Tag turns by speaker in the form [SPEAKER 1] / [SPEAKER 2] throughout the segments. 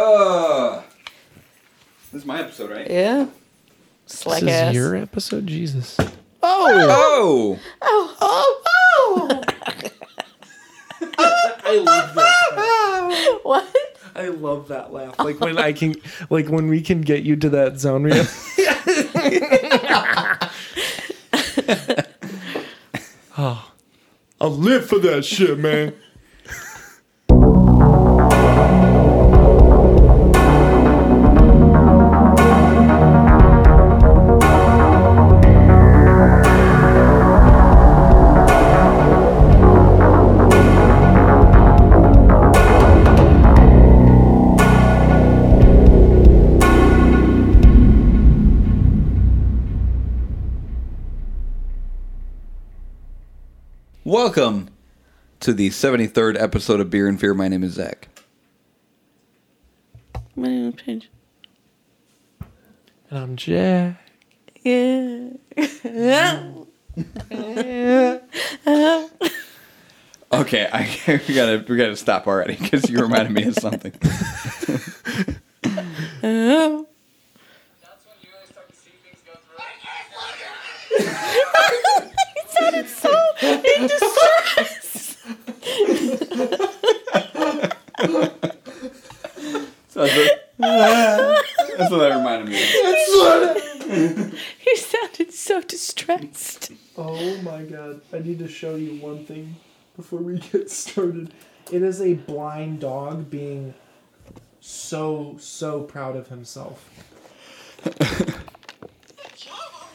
[SPEAKER 1] Uh, this is my episode, right?
[SPEAKER 2] Yeah. Slack
[SPEAKER 3] this
[SPEAKER 2] ass.
[SPEAKER 3] is your episode, Jesus.
[SPEAKER 1] Oh!
[SPEAKER 2] Oh, oh, oh.
[SPEAKER 4] I love that.
[SPEAKER 2] what?
[SPEAKER 4] I love that laugh.
[SPEAKER 3] Like when I can, like when we can get you to that zone. Where you're- oh, I live for that shit, man.
[SPEAKER 1] Welcome to the 73rd episode of Beer and Fear. My name is Zach.
[SPEAKER 2] My name is Paige.
[SPEAKER 3] And I'm Jack.
[SPEAKER 2] Yeah.
[SPEAKER 1] Okay, I, we gotta we gotta stop already because you reminded me of something.
[SPEAKER 2] Oh.
[SPEAKER 5] That's when you really start to see things go through.
[SPEAKER 2] it sounded so indiscreet.
[SPEAKER 1] So that's, what, that's what that reminded me. of.
[SPEAKER 2] He sounded so distressed.
[SPEAKER 4] Oh my god. I need to show you one thing before we get started. It is a blind dog being so, so proud of himself.
[SPEAKER 6] Job, Arnold,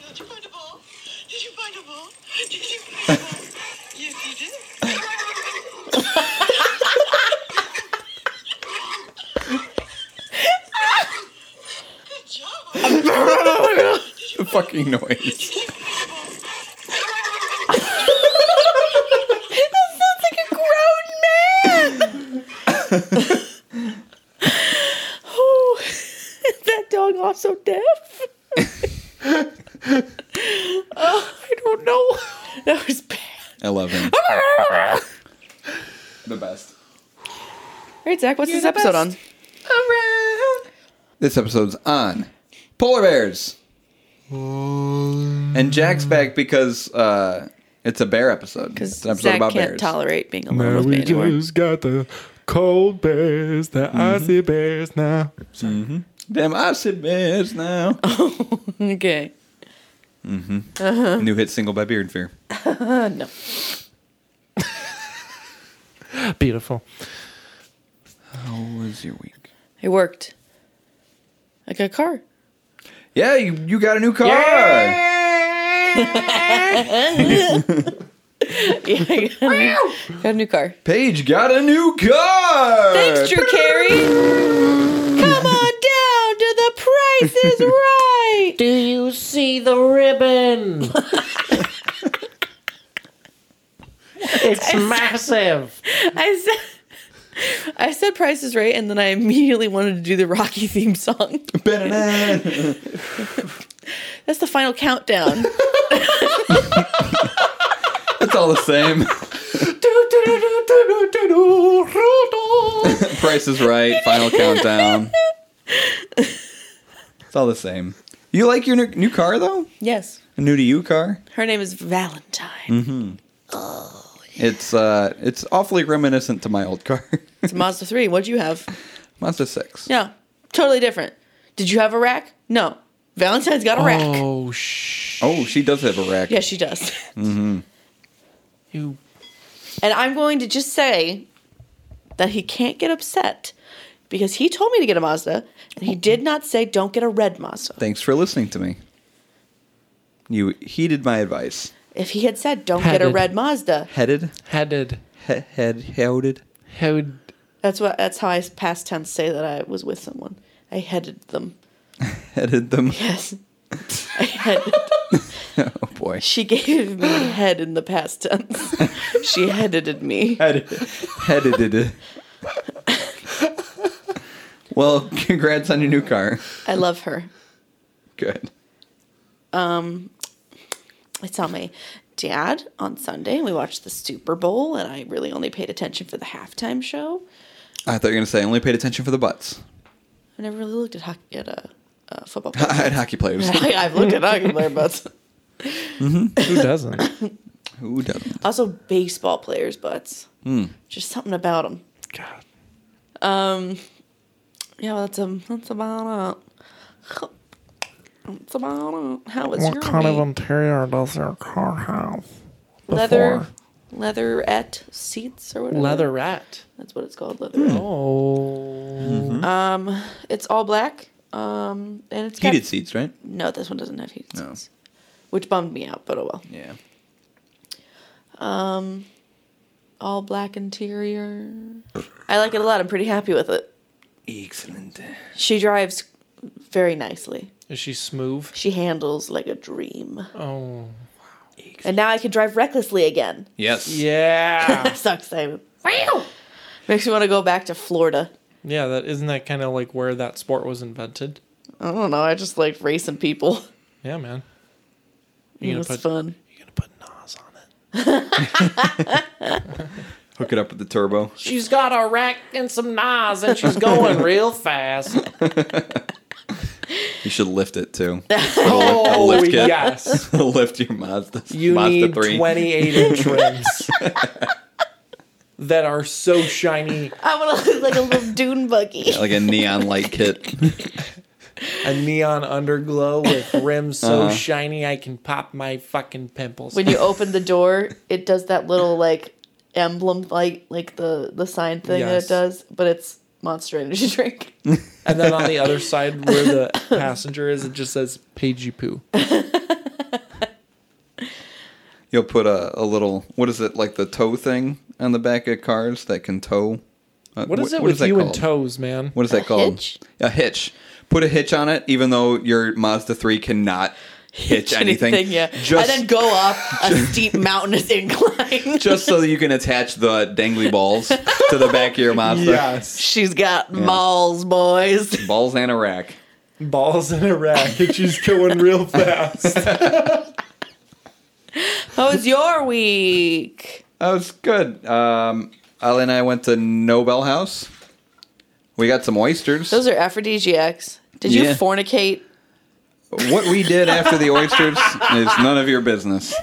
[SPEAKER 6] did you find a ball? Did you find a ball? Did you find a ball? yes, you did. Good job, Arnold.
[SPEAKER 1] The fucking noise.
[SPEAKER 2] Grown man. oh, is that dog also deaf? oh, I don't know. That was bad.
[SPEAKER 1] I love him. The best.
[SPEAKER 2] All right, Zach, what's this episode on?
[SPEAKER 1] This episode's on polar bears. And Jack's back because uh, it's a bear episode. It's
[SPEAKER 2] Because
[SPEAKER 1] an episode
[SPEAKER 2] Zach
[SPEAKER 1] about
[SPEAKER 2] can't
[SPEAKER 1] bears.
[SPEAKER 2] tolerate being alone
[SPEAKER 3] Now
[SPEAKER 2] with me
[SPEAKER 3] Uh, we
[SPEAKER 2] anymore.
[SPEAKER 3] just got the cold bears, the icy bears now.
[SPEAKER 1] Damn, I said bears now.
[SPEAKER 2] Okay.
[SPEAKER 1] New hit single by Beard Fear.
[SPEAKER 2] Uh, no.
[SPEAKER 3] Beautiful.
[SPEAKER 1] How was your week?
[SPEAKER 2] It worked. I got a car.
[SPEAKER 1] Yeah, you, you got a new car.
[SPEAKER 2] Yeah, I got a new, got a new car.
[SPEAKER 1] Paige got a new car.
[SPEAKER 2] Thanks, Drew Carey. Come on down to the price is right.
[SPEAKER 4] Do you see the ribbon? it's massive.
[SPEAKER 2] I said, I said price is right, and then I immediately wanted to do the Rocky theme song.
[SPEAKER 1] Ba-da-da.
[SPEAKER 2] That's the final countdown.
[SPEAKER 1] It's all the same. Price is right. Final countdown. It's all the same. You like your new, new car though?
[SPEAKER 2] yes. Mm.
[SPEAKER 1] A new to you car?
[SPEAKER 2] Her name is Valentine.
[SPEAKER 1] It's uh, it's awfully reminiscent to my old car,
[SPEAKER 2] It's a Mazda 3. What'd you have?
[SPEAKER 1] Mazda six.
[SPEAKER 2] No, totally different. Did you have a rack? No. Valentine's got a rack.
[SPEAKER 3] Oh sh!
[SPEAKER 1] Oh, she does have a rack.
[SPEAKER 2] Yeah, she does.
[SPEAKER 3] You
[SPEAKER 2] And I'm going to just say that he can't get upset because he told me to get a Mazda and he did not say don't get a red Mazda.
[SPEAKER 1] Thanks for listening to me. You heeded my advice.
[SPEAKER 2] If he had said don't get a
[SPEAKER 3] Headed.
[SPEAKER 2] red Mazda,
[SPEAKER 1] Headed,
[SPEAKER 3] headed.
[SPEAKER 1] he- head, headed.
[SPEAKER 3] How
[SPEAKER 2] that's what that's how I past tense say that I was with someone. I headed them.
[SPEAKER 1] headed them.
[SPEAKER 2] Yes. I headed.
[SPEAKER 1] Oh boy.
[SPEAKER 2] She gave me head in the past tense. she headed me.
[SPEAKER 1] Headed, headed. well, congrats on your new car.
[SPEAKER 2] I love her.
[SPEAKER 1] Good.
[SPEAKER 2] I saw my dad on Sunday and we watched the Super Bowl and I really only paid attention for the halftime show.
[SPEAKER 1] I thought you were gonna say I only paid attention for the butts.
[SPEAKER 2] I never really looked at hockey, at uh, uh, football.
[SPEAKER 1] at hockey players.
[SPEAKER 2] I, I've looked at hockey player butts.
[SPEAKER 3] Who doesn't?
[SPEAKER 1] Who doesn't?
[SPEAKER 2] Also, baseball players' butts.
[SPEAKER 1] Hmm.
[SPEAKER 2] Just something about them.
[SPEAKER 3] God.
[SPEAKER 2] Um, yeah, well, that's um, that's about it. That's about it. How was
[SPEAKER 3] What
[SPEAKER 2] your
[SPEAKER 3] kind of
[SPEAKER 2] week?
[SPEAKER 3] interior does your car have?
[SPEAKER 2] leather leatherette seats or whatever?
[SPEAKER 3] Leatherette.
[SPEAKER 2] That's what it's called.
[SPEAKER 3] Hmm.
[SPEAKER 2] Leatherette.
[SPEAKER 3] Oh.
[SPEAKER 1] Mm-hmm.
[SPEAKER 2] Um, it's all black. Um, and it's got-
[SPEAKER 1] Heated seats, right?
[SPEAKER 2] No, this one doesn't have heated
[SPEAKER 1] No.
[SPEAKER 2] seats, which bummed me out. But oh well.
[SPEAKER 1] Yeah.
[SPEAKER 2] Um, all black interior. I like it a lot. I'm pretty happy with it.
[SPEAKER 1] Excellent.
[SPEAKER 2] She drives very nicely.
[SPEAKER 3] Is she smooth?
[SPEAKER 2] She handles like a dream.
[SPEAKER 3] Oh.
[SPEAKER 2] And now I can drive recklessly again.
[SPEAKER 1] Yes.
[SPEAKER 3] Yeah.
[SPEAKER 2] so excited. Wow. Makes me want to go back to Florida.
[SPEAKER 3] yeah, that isn't that kind of like where that sport was invented?
[SPEAKER 2] I don't know. I just like racing people.
[SPEAKER 3] Yeah, man. You
[SPEAKER 2] It
[SPEAKER 3] gonna
[SPEAKER 2] was
[SPEAKER 3] put-
[SPEAKER 2] fun.
[SPEAKER 3] You're gonna put Nas on it.
[SPEAKER 1] Hook it up with the turbo.
[SPEAKER 3] She's got a rack and some Nas, and she's going real fast.
[SPEAKER 1] You should lift it too.
[SPEAKER 3] Oh
[SPEAKER 1] lift kit.
[SPEAKER 3] yes,
[SPEAKER 1] lift your Mazda.
[SPEAKER 3] you
[SPEAKER 1] Mazda
[SPEAKER 3] need
[SPEAKER 1] 3.
[SPEAKER 3] 28 inch rims that are so shiny.
[SPEAKER 2] I want to look like a little dune buggy.
[SPEAKER 1] Like a neon light kit.
[SPEAKER 3] A neon underglow with rims so shiny I can pop my fucking pimples.
[SPEAKER 2] When you open the door, it does that little like emblem, like like the the sign thing that
[SPEAKER 3] Yes.
[SPEAKER 2] it does, but it's Monster Energy drink.
[SPEAKER 3] and then on the other side where the passenger is, it just says Pagey Poo.
[SPEAKER 1] You'll put a, a little what is it like the tow thing on the back of cars that can tow. Uh,
[SPEAKER 3] What is
[SPEAKER 1] wh-
[SPEAKER 3] it with
[SPEAKER 1] that
[SPEAKER 3] you and
[SPEAKER 1] called?
[SPEAKER 3] toes, man?
[SPEAKER 1] What is that
[SPEAKER 2] A
[SPEAKER 1] called?
[SPEAKER 2] hitch?
[SPEAKER 1] A hitch. Put a hitch on it, even though your Mazda three cannot hitch anything.
[SPEAKER 2] yeah.
[SPEAKER 1] Just
[SPEAKER 2] and then go up a steep mountainous incline.
[SPEAKER 1] just so that you can attach the dangly balls to the back of your Mazda.
[SPEAKER 2] She's got malls, boys.
[SPEAKER 1] Balls and a rack.
[SPEAKER 3] balls in a rack, and she's going real fast.
[SPEAKER 2] How was your week?
[SPEAKER 1] That was good. Um, Ali and I went to Nobel House. We got some oysters.
[SPEAKER 2] Those are aphrodisiacs. Did you
[SPEAKER 1] Yeah.
[SPEAKER 2] fornicate?
[SPEAKER 1] What we did after the oysters is none of your business.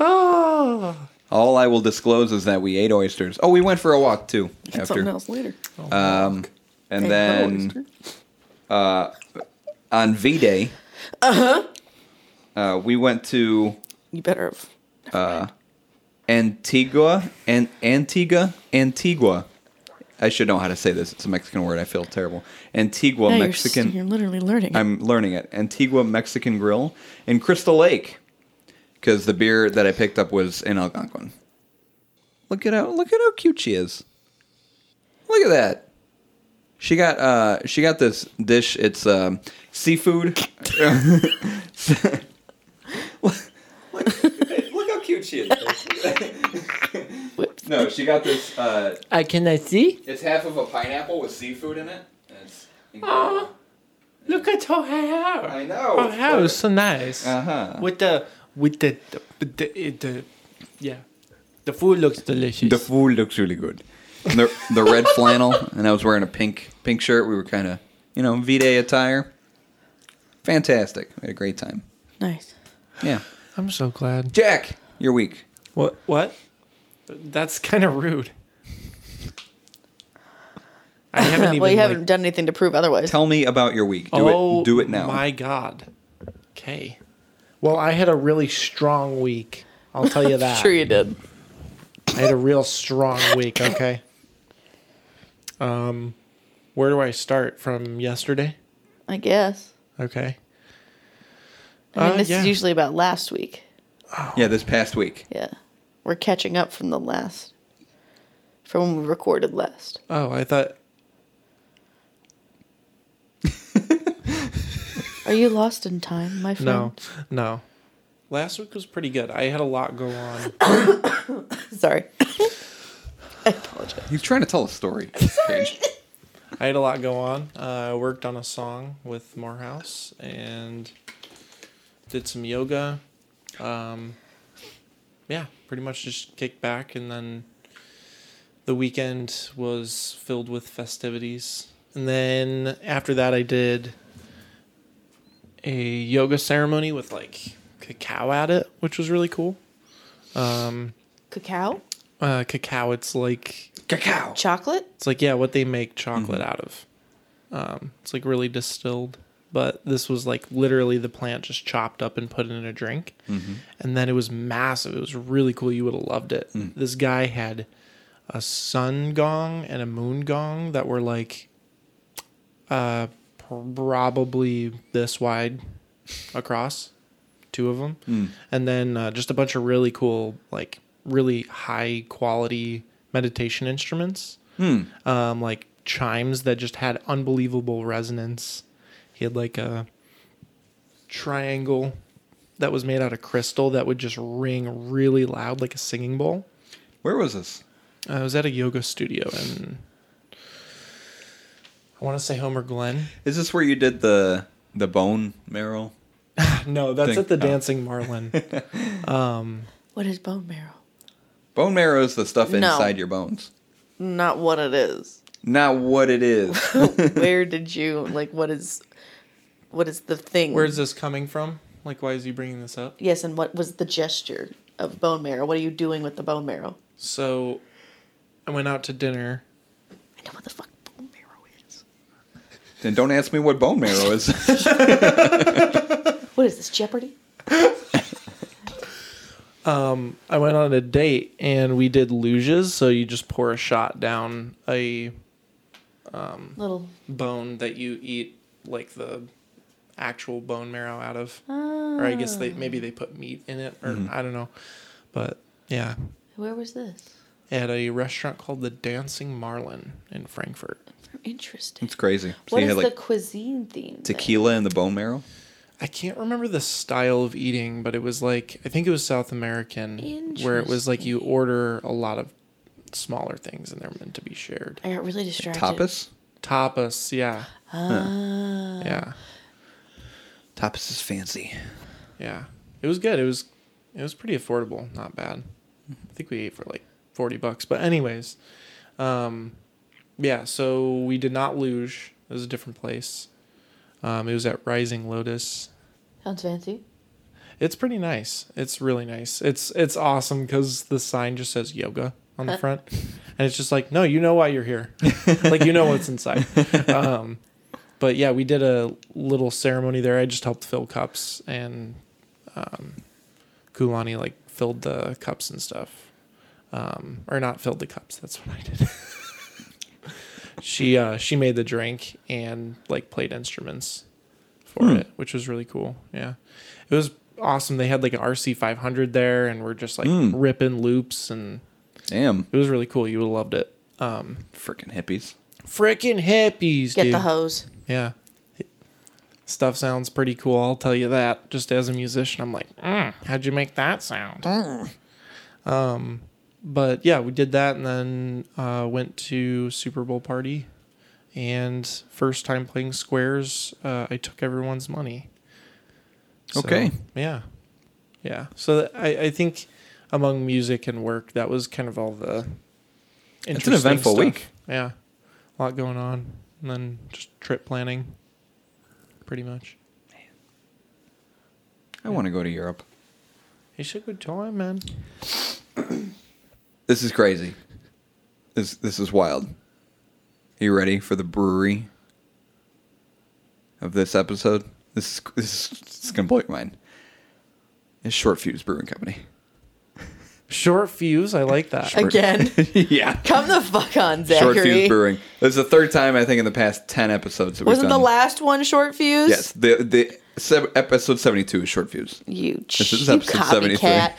[SPEAKER 2] Ah.
[SPEAKER 1] All I will disclose is that we ate oysters. Oh, we went for a walk too
[SPEAKER 2] Something
[SPEAKER 1] after,
[SPEAKER 2] else later.
[SPEAKER 1] um, and then on V Day, uh, we went to
[SPEAKER 2] you better have.
[SPEAKER 1] Antigua and Antigua Antigua. I should know how to say this. It's a Mexican word. I feel terrible. Antigua
[SPEAKER 2] Yeah, you're s-
[SPEAKER 1] Mexican.
[SPEAKER 2] You're, literally learning.
[SPEAKER 1] I'm learning it. Antigua Mexican Grill in Crystal Lake, because the beer that I picked up was in Algonquin. Look at how look at how cute she is. Look at that. She got uh she got this dish. It's um, seafood. look how cute she is.
[SPEAKER 2] Whoops.
[SPEAKER 1] no, she got this. Uh,
[SPEAKER 3] I can I see?
[SPEAKER 1] it's half of a pineapple with seafood in it. And it's
[SPEAKER 3] Look at her hair.
[SPEAKER 1] I
[SPEAKER 3] Her hair
[SPEAKER 1] know.
[SPEAKER 3] is so nice.
[SPEAKER 1] Uh huh.
[SPEAKER 3] With the with the the, the, it- the yeah, the food looks delicious.
[SPEAKER 1] The food looks really good. And The the red flannel, and I was wearing a pink pink shirt. We were kind of you know V Day attire. Fantastic. We had a great time.
[SPEAKER 2] nice.
[SPEAKER 1] Yeah,
[SPEAKER 3] I'm so glad.
[SPEAKER 1] Jack, you're weak.
[SPEAKER 3] What what? That's kind of rude. I haven't even.
[SPEAKER 2] well, you haven't
[SPEAKER 3] like-
[SPEAKER 2] done anything to prove otherwise.
[SPEAKER 1] Tell me about your week. Do
[SPEAKER 2] Oh
[SPEAKER 1] it. Do it now.
[SPEAKER 3] My God. Okay. Well, I had a really strong week. I'll tell you that.
[SPEAKER 2] sure you did.
[SPEAKER 3] I had a real strong week. Okay. Um, where do I start from yesterday?
[SPEAKER 2] I guess.
[SPEAKER 3] Okay.
[SPEAKER 2] I mean,
[SPEAKER 3] Uh,
[SPEAKER 2] this
[SPEAKER 3] yeah.
[SPEAKER 2] is usually about last week.
[SPEAKER 1] Yeah, this past week.
[SPEAKER 2] Yeah. We're catching up from the last, from when we recorded last.
[SPEAKER 3] Oh, I thought.
[SPEAKER 2] Are you lost in time, my friend?
[SPEAKER 3] No, no. Last week was pretty good. I had a lot go on.
[SPEAKER 2] Sorry. I apologize.
[SPEAKER 1] He's trying to tell a story. Paige.
[SPEAKER 3] I had a lot go on. Uh, I worked on a song with Morehouse and did some yoga. Um, yeah, pretty much just kicked back and then the weekend was filled with festivities. And then after that, I did a yoga ceremony with like cacao at it, which was really cool. Um,
[SPEAKER 2] Cacao?
[SPEAKER 3] uh, cacao, it's like
[SPEAKER 1] Cacao.
[SPEAKER 2] Chocolate?
[SPEAKER 3] it's like yeah, what they make chocolate out of. Um, it's like really distilled, but this was like literally the plant just chopped up and put in a drink, and then it was massive. It was really cool. You would have loved it. This guy had a sun gong and a moon gong that were like uh, probably this wide across, two of them, and then uh, just a bunch of really cool, like really high quality meditation instruments
[SPEAKER 1] Hmm.
[SPEAKER 3] um, like chimes that just had unbelievable resonance. He had like a triangle that was made out of crystal that would just ring really loud, like a singing bowl.
[SPEAKER 1] Where was this?
[SPEAKER 3] I was at a yoga studio and I want to say Homer Glen.
[SPEAKER 1] Is this where you did the the bone marrow?
[SPEAKER 3] No, that's
[SPEAKER 1] Think-
[SPEAKER 3] at the
[SPEAKER 1] oh.
[SPEAKER 3] Dancing Marlin.
[SPEAKER 2] What is bone marrow?
[SPEAKER 1] Bone marrow is the stuff
[SPEAKER 2] No.
[SPEAKER 1] inside your bones.
[SPEAKER 2] Not what it is.
[SPEAKER 1] Not what it is.
[SPEAKER 2] Where did you like? What is, what is the thing?
[SPEAKER 3] Where's this coming from? Like, why is he bringing this up?
[SPEAKER 2] Yes, and what was the gesture of bone marrow? What are you doing with the bone marrow?
[SPEAKER 3] So, I went out to dinner.
[SPEAKER 2] I know what the fuck bone marrow is.
[SPEAKER 1] then don't ask me what bone marrow is.
[SPEAKER 2] What is this Jeopardy?
[SPEAKER 3] I went on a date and we did luges. So you just pour a shot down a
[SPEAKER 2] Little.
[SPEAKER 3] bone that you eat like the actual bone marrow out of or i guess they maybe they put meat in it or i don't know but yeah
[SPEAKER 2] Where was this?
[SPEAKER 3] at a restaurant called the dancing marlin in frankfurt
[SPEAKER 2] Interesting.
[SPEAKER 1] it's crazy. So
[SPEAKER 2] What
[SPEAKER 1] you
[SPEAKER 2] is
[SPEAKER 1] had
[SPEAKER 2] the
[SPEAKER 1] like
[SPEAKER 2] cuisine theme? then?
[SPEAKER 1] tequila in the bone marrow.
[SPEAKER 3] i can't remember the style of eating but it was like i think it was south american where it was like you order a lot of smaller things and they're meant to be shared
[SPEAKER 2] I got really distracted.
[SPEAKER 1] Tapas.
[SPEAKER 3] tapas yeah
[SPEAKER 2] Ah.
[SPEAKER 3] yeah
[SPEAKER 1] Tapas is fancy.
[SPEAKER 3] yeah it was good it was it was pretty affordable not bad i think we ate for like 40 bucks but anyways um yeah so we did not luge it was a different place um it was at rising lotus
[SPEAKER 2] Sounds fancy.
[SPEAKER 3] it's pretty nice it's really nice it's it's awesome because the sign just says yoga on the front and it's just like no you know why you're here like you know what's inside um but yeah we did a little ceremony there i just helped fill cups and um, Kulani like filled the cups and stuff. Um, or not filled the cups. That's what I did. she uh, she made the drink and like played instruments for it, which was really cool. Yeah, it was awesome. They had like an RC 500 there, and we're just like ripping loops, and
[SPEAKER 1] Damn.
[SPEAKER 3] it was really cool. You would have loved it. Um,
[SPEAKER 1] Freaking hippies.
[SPEAKER 3] freaking hippies,
[SPEAKER 2] Get
[SPEAKER 3] dude.
[SPEAKER 2] the hose.
[SPEAKER 3] Yeah. Stuff sounds pretty cool, I'll tell you that. Just as a musician, I'm like, mm, how'd you make that sound? Um,
[SPEAKER 2] Mm.
[SPEAKER 3] but yeah, we did that and then uh, went to Super Bowl party. And first time playing squares, uh, I took everyone's money. So,
[SPEAKER 1] Okay.
[SPEAKER 3] Yeah. Yeah. So th- I, I think among music and work, that was kind of all the.
[SPEAKER 1] It's
[SPEAKER 3] interesting
[SPEAKER 1] an eventful
[SPEAKER 3] stuff.
[SPEAKER 1] week.
[SPEAKER 3] Yeah. A lot going on. And then just trip planning, pretty much.
[SPEAKER 1] I want to go to Europe.
[SPEAKER 3] It's a good time, man.
[SPEAKER 1] This is crazy. This this is wild. Are you ready for the brewery of this episode? This is this is, this is gonna blow your mind. It's Short Fuse Brewing Company.
[SPEAKER 3] Short fuse, I like that.
[SPEAKER 1] Short-
[SPEAKER 2] Again.
[SPEAKER 1] yeah.
[SPEAKER 2] Come the fuck on,
[SPEAKER 1] Short Fuse
[SPEAKER 2] Zachary.
[SPEAKER 1] Brewing. This is the third time I think in the past ten episodes that
[SPEAKER 2] Wasn't
[SPEAKER 1] we've
[SPEAKER 2] the
[SPEAKER 1] done.
[SPEAKER 2] last one short fuse?
[SPEAKER 1] Yes, the the se- episode seventy two is Short Fuse.
[SPEAKER 2] You, ch-
[SPEAKER 1] This is
[SPEAKER 2] you
[SPEAKER 1] episode 73.
[SPEAKER 2] copycat.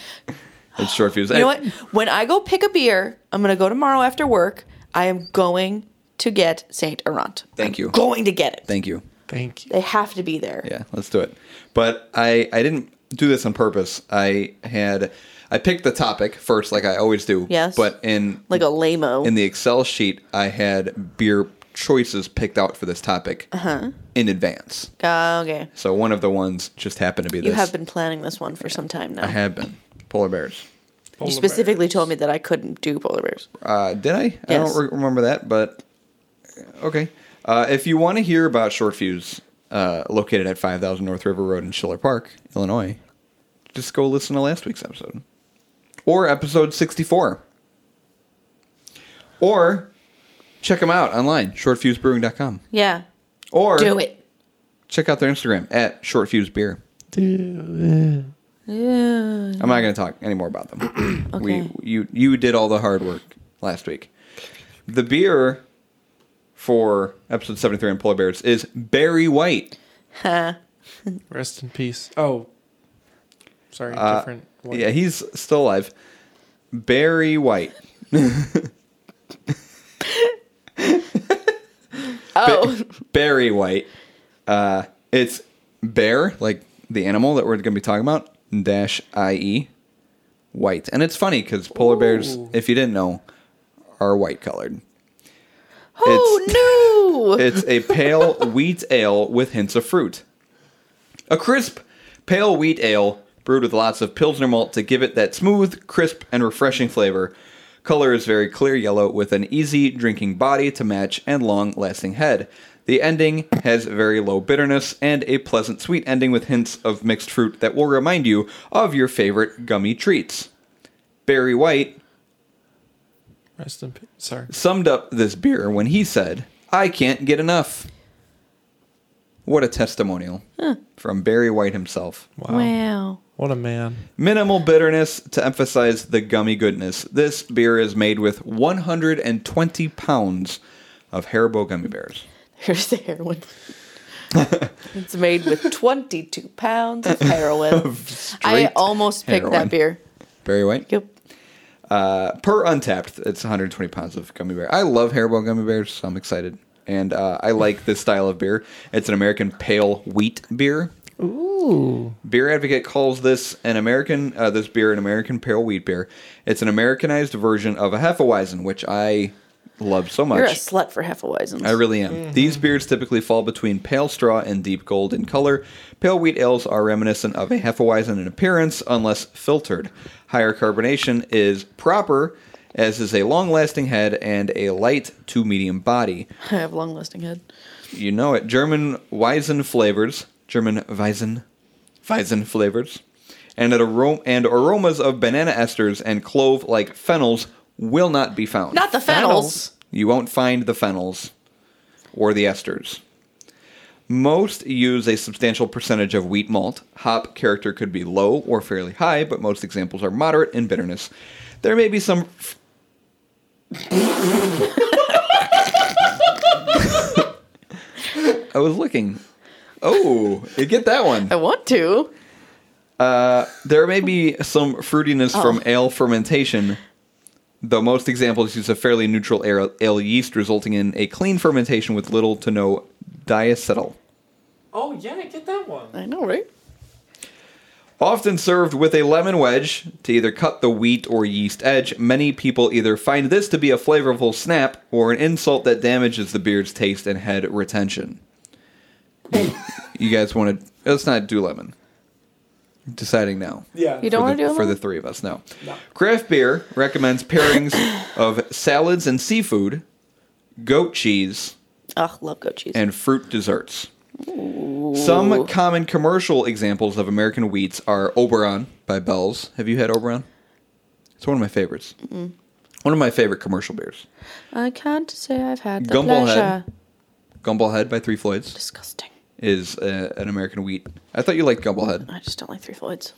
[SPEAKER 1] It's Short Fuse.
[SPEAKER 2] You know what? When I go pick a beer, I'm gonna go tomorrow after work. I am going to get Saint Errant.
[SPEAKER 1] Thank you.
[SPEAKER 2] Going to get it.
[SPEAKER 1] Thank you.
[SPEAKER 3] Thank you.
[SPEAKER 2] they have to be there.
[SPEAKER 1] Yeah, let's do it. But I I didn't do this on purpose. I had I picked the topic first, like I always do.
[SPEAKER 2] Yes.
[SPEAKER 1] But in
[SPEAKER 2] Like a lameo.
[SPEAKER 1] in the Excel sheet, I had beer choices picked out for this topic
[SPEAKER 2] Uh-huh.
[SPEAKER 1] in advance.
[SPEAKER 2] Ah, okay.
[SPEAKER 1] So one of the ones just happened to be
[SPEAKER 2] You
[SPEAKER 1] this.
[SPEAKER 2] have been planning this one for some time now.
[SPEAKER 1] I have been polar bears.
[SPEAKER 3] Polar
[SPEAKER 2] you specifically
[SPEAKER 3] bears.
[SPEAKER 2] told me that I couldn't do polar bears.
[SPEAKER 1] Uh, did I? I
[SPEAKER 2] Yes.
[SPEAKER 1] don't re- remember that, but okay. Uh, if you want to hear about Short Fuse, uh, located at 5000 North River Road in Schiller Park, Illinois, just go listen to last week's episode or episode 64. Or check them out online, shortfusebrewing.com.
[SPEAKER 2] Yeah.
[SPEAKER 1] Or
[SPEAKER 2] Do it.
[SPEAKER 1] check out their Instagram at shortfusebeer.
[SPEAKER 2] Yeah.
[SPEAKER 1] I'm not going to talk any more about them.
[SPEAKER 2] Okay.
[SPEAKER 1] We you you did all the hard work last week. The beer for episode 73 on Polar Bears is Barry White.
[SPEAKER 2] Huh.
[SPEAKER 3] Rest in peace. Oh, sorry,
[SPEAKER 1] Uh,
[SPEAKER 3] different. one.
[SPEAKER 1] Yeah, he's still alive. Barry White.
[SPEAKER 2] Oh.
[SPEAKER 1] Barry White. Uh, it's bear, like the animal that we're going to be talking about, dash IE, white. And it's funny because polar bears,
[SPEAKER 3] Ooh.
[SPEAKER 1] if you didn't know, are white colored.
[SPEAKER 2] oh no.
[SPEAKER 1] It's a pale wheat ale with hints of fruit. A crisp, pale wheat ale brewed with lots of Pilsner malt to give it that smooth, crisp, and refreshing flavor. Color is very clear yellow with an easy drinking body to match and long lasting head. The ending has very low bitterness and a pleasant sweet ending with hints of mixed fruit that will remind you of your favorite gummy treats. Barry White
[SPEAKER 3] Rest in peace. Sorry.
[SPEAKER 1] summed up this beer when he said, I can't get enough. What a testimonial from Barry White himself.
[SPEAKER 3] Wow.
[SPEAKER 2] wow.
[SPEAKER 3] What a man.
[SPEAKER 1] Minimal bitterness to emphasize the gummy goodness. This beer is made with 120 pounds of Haribo gummy bears.
[SPEAKER 2] Here's the heroin. it's made with 22 pounds of heroin. I
[SPEAKER 1] Straight
[SPEAKER 2] almost picked
[SPEAKER 1] heroin.
[SPEAKER 2] that beer.
[SPEAKER 1] Barry White.
[SPEAKER 2] Yep.
[SPEAKER 1] Uh, per Untapped, it's 120 pounds of gummy bear. I love Haribo gummy bears, so I'm excited. And uh, I like this style of beer. It's an American pale wheat beer.
[SPEAKER 3] Ooh.
[SPEAKER 1] Beer Advocate calls this an American uh, this beer an American pale wheat beer. It's an Americanized version of a Hefeweizen, which I love so much.
[SPEAKER 2] You're a slut for Hefeweizens.
[SPEAKER 1] I really am.
[SPEAKER 2] Mm-hmm.
[SPEAKER 1] These beers typically fall between pale straw and deep gold in color. Pale wheat ales are reminiscent of a Hefeweizen in appearance, unless filtered. Higher carbonation is proper, as is a long-lasting head and a light to medium body.
[SPEAKER 2] I have long lasting head.
[SPEAKER 1] You know it. German Weizen flavors, German Weizen, Weizen flavors, and, an arom- and aromas of banana esters and clove like fennels will not be found.
[SPEAKER 2] Not the fennels.
[SPEAKER 1] You won't find the fennels or the esters. Most use a substantial percentage of wheat malt. Hop character could be low or fairly high, but most examples are moderate in bitterness. There may be some. I was looking. Oh, you get that one.
[SPEAKER 2] I want to.
[SPEAKER 1] There may be some fruitiness from ale fermentation, though most examples use a fairly neutral ale, ale yeast, resulting in a clean fermentation with little to no diacetyl.
[SPEAKER 4] Oh yeah, I get that one.
[SPEAKER 2] I know, right?
[SPEAKER 1] Often served with a lemon wedge to either cut the wheat or yeast edge, many people either find this to be a flavorful snap or an insult that damages the beer's taste and head retention. you guys want to? Let's not do lemon. Deciding now.
[SPEAKER 4] Yeah.
[SPEAKER 2] You don't
[SPEAKER 1] Uh, for
[SPEAKER 2] want
[SPEAKER 1] the,
[SPEAKER 2] to do it
[SPEAKER 1] for the
[SPEAKER 2] alone?
[SPEAKER 1] three of us. No.
[SPEAKER 4] No.
[SPEAKER 1] Craft beer recommends pairings of salads and seafood, goat cheese,
[SPEAKER 2] Ugh, love goat cheese.
[SPEAKER 1] and fruit desserts. Some common commercial examples of American wheats are Oberon by Bell's. Have you had Oberon? It's one of my favorites. One of my favorite commercial beers.
[SPEAKER 2] I can't say I've had the
[SPEAKER 1] Gumball
[SPEAKER 2] pleasure.
[SPEAKER 1] head. Gumball Head by Three Floyds
[SPEAKER 2] Disgusting.
[SPEAKER 1] is uh, an American wheat. I thought you liked Gumball Head.
[SPEAKER 2] I just don't like Three Floyds.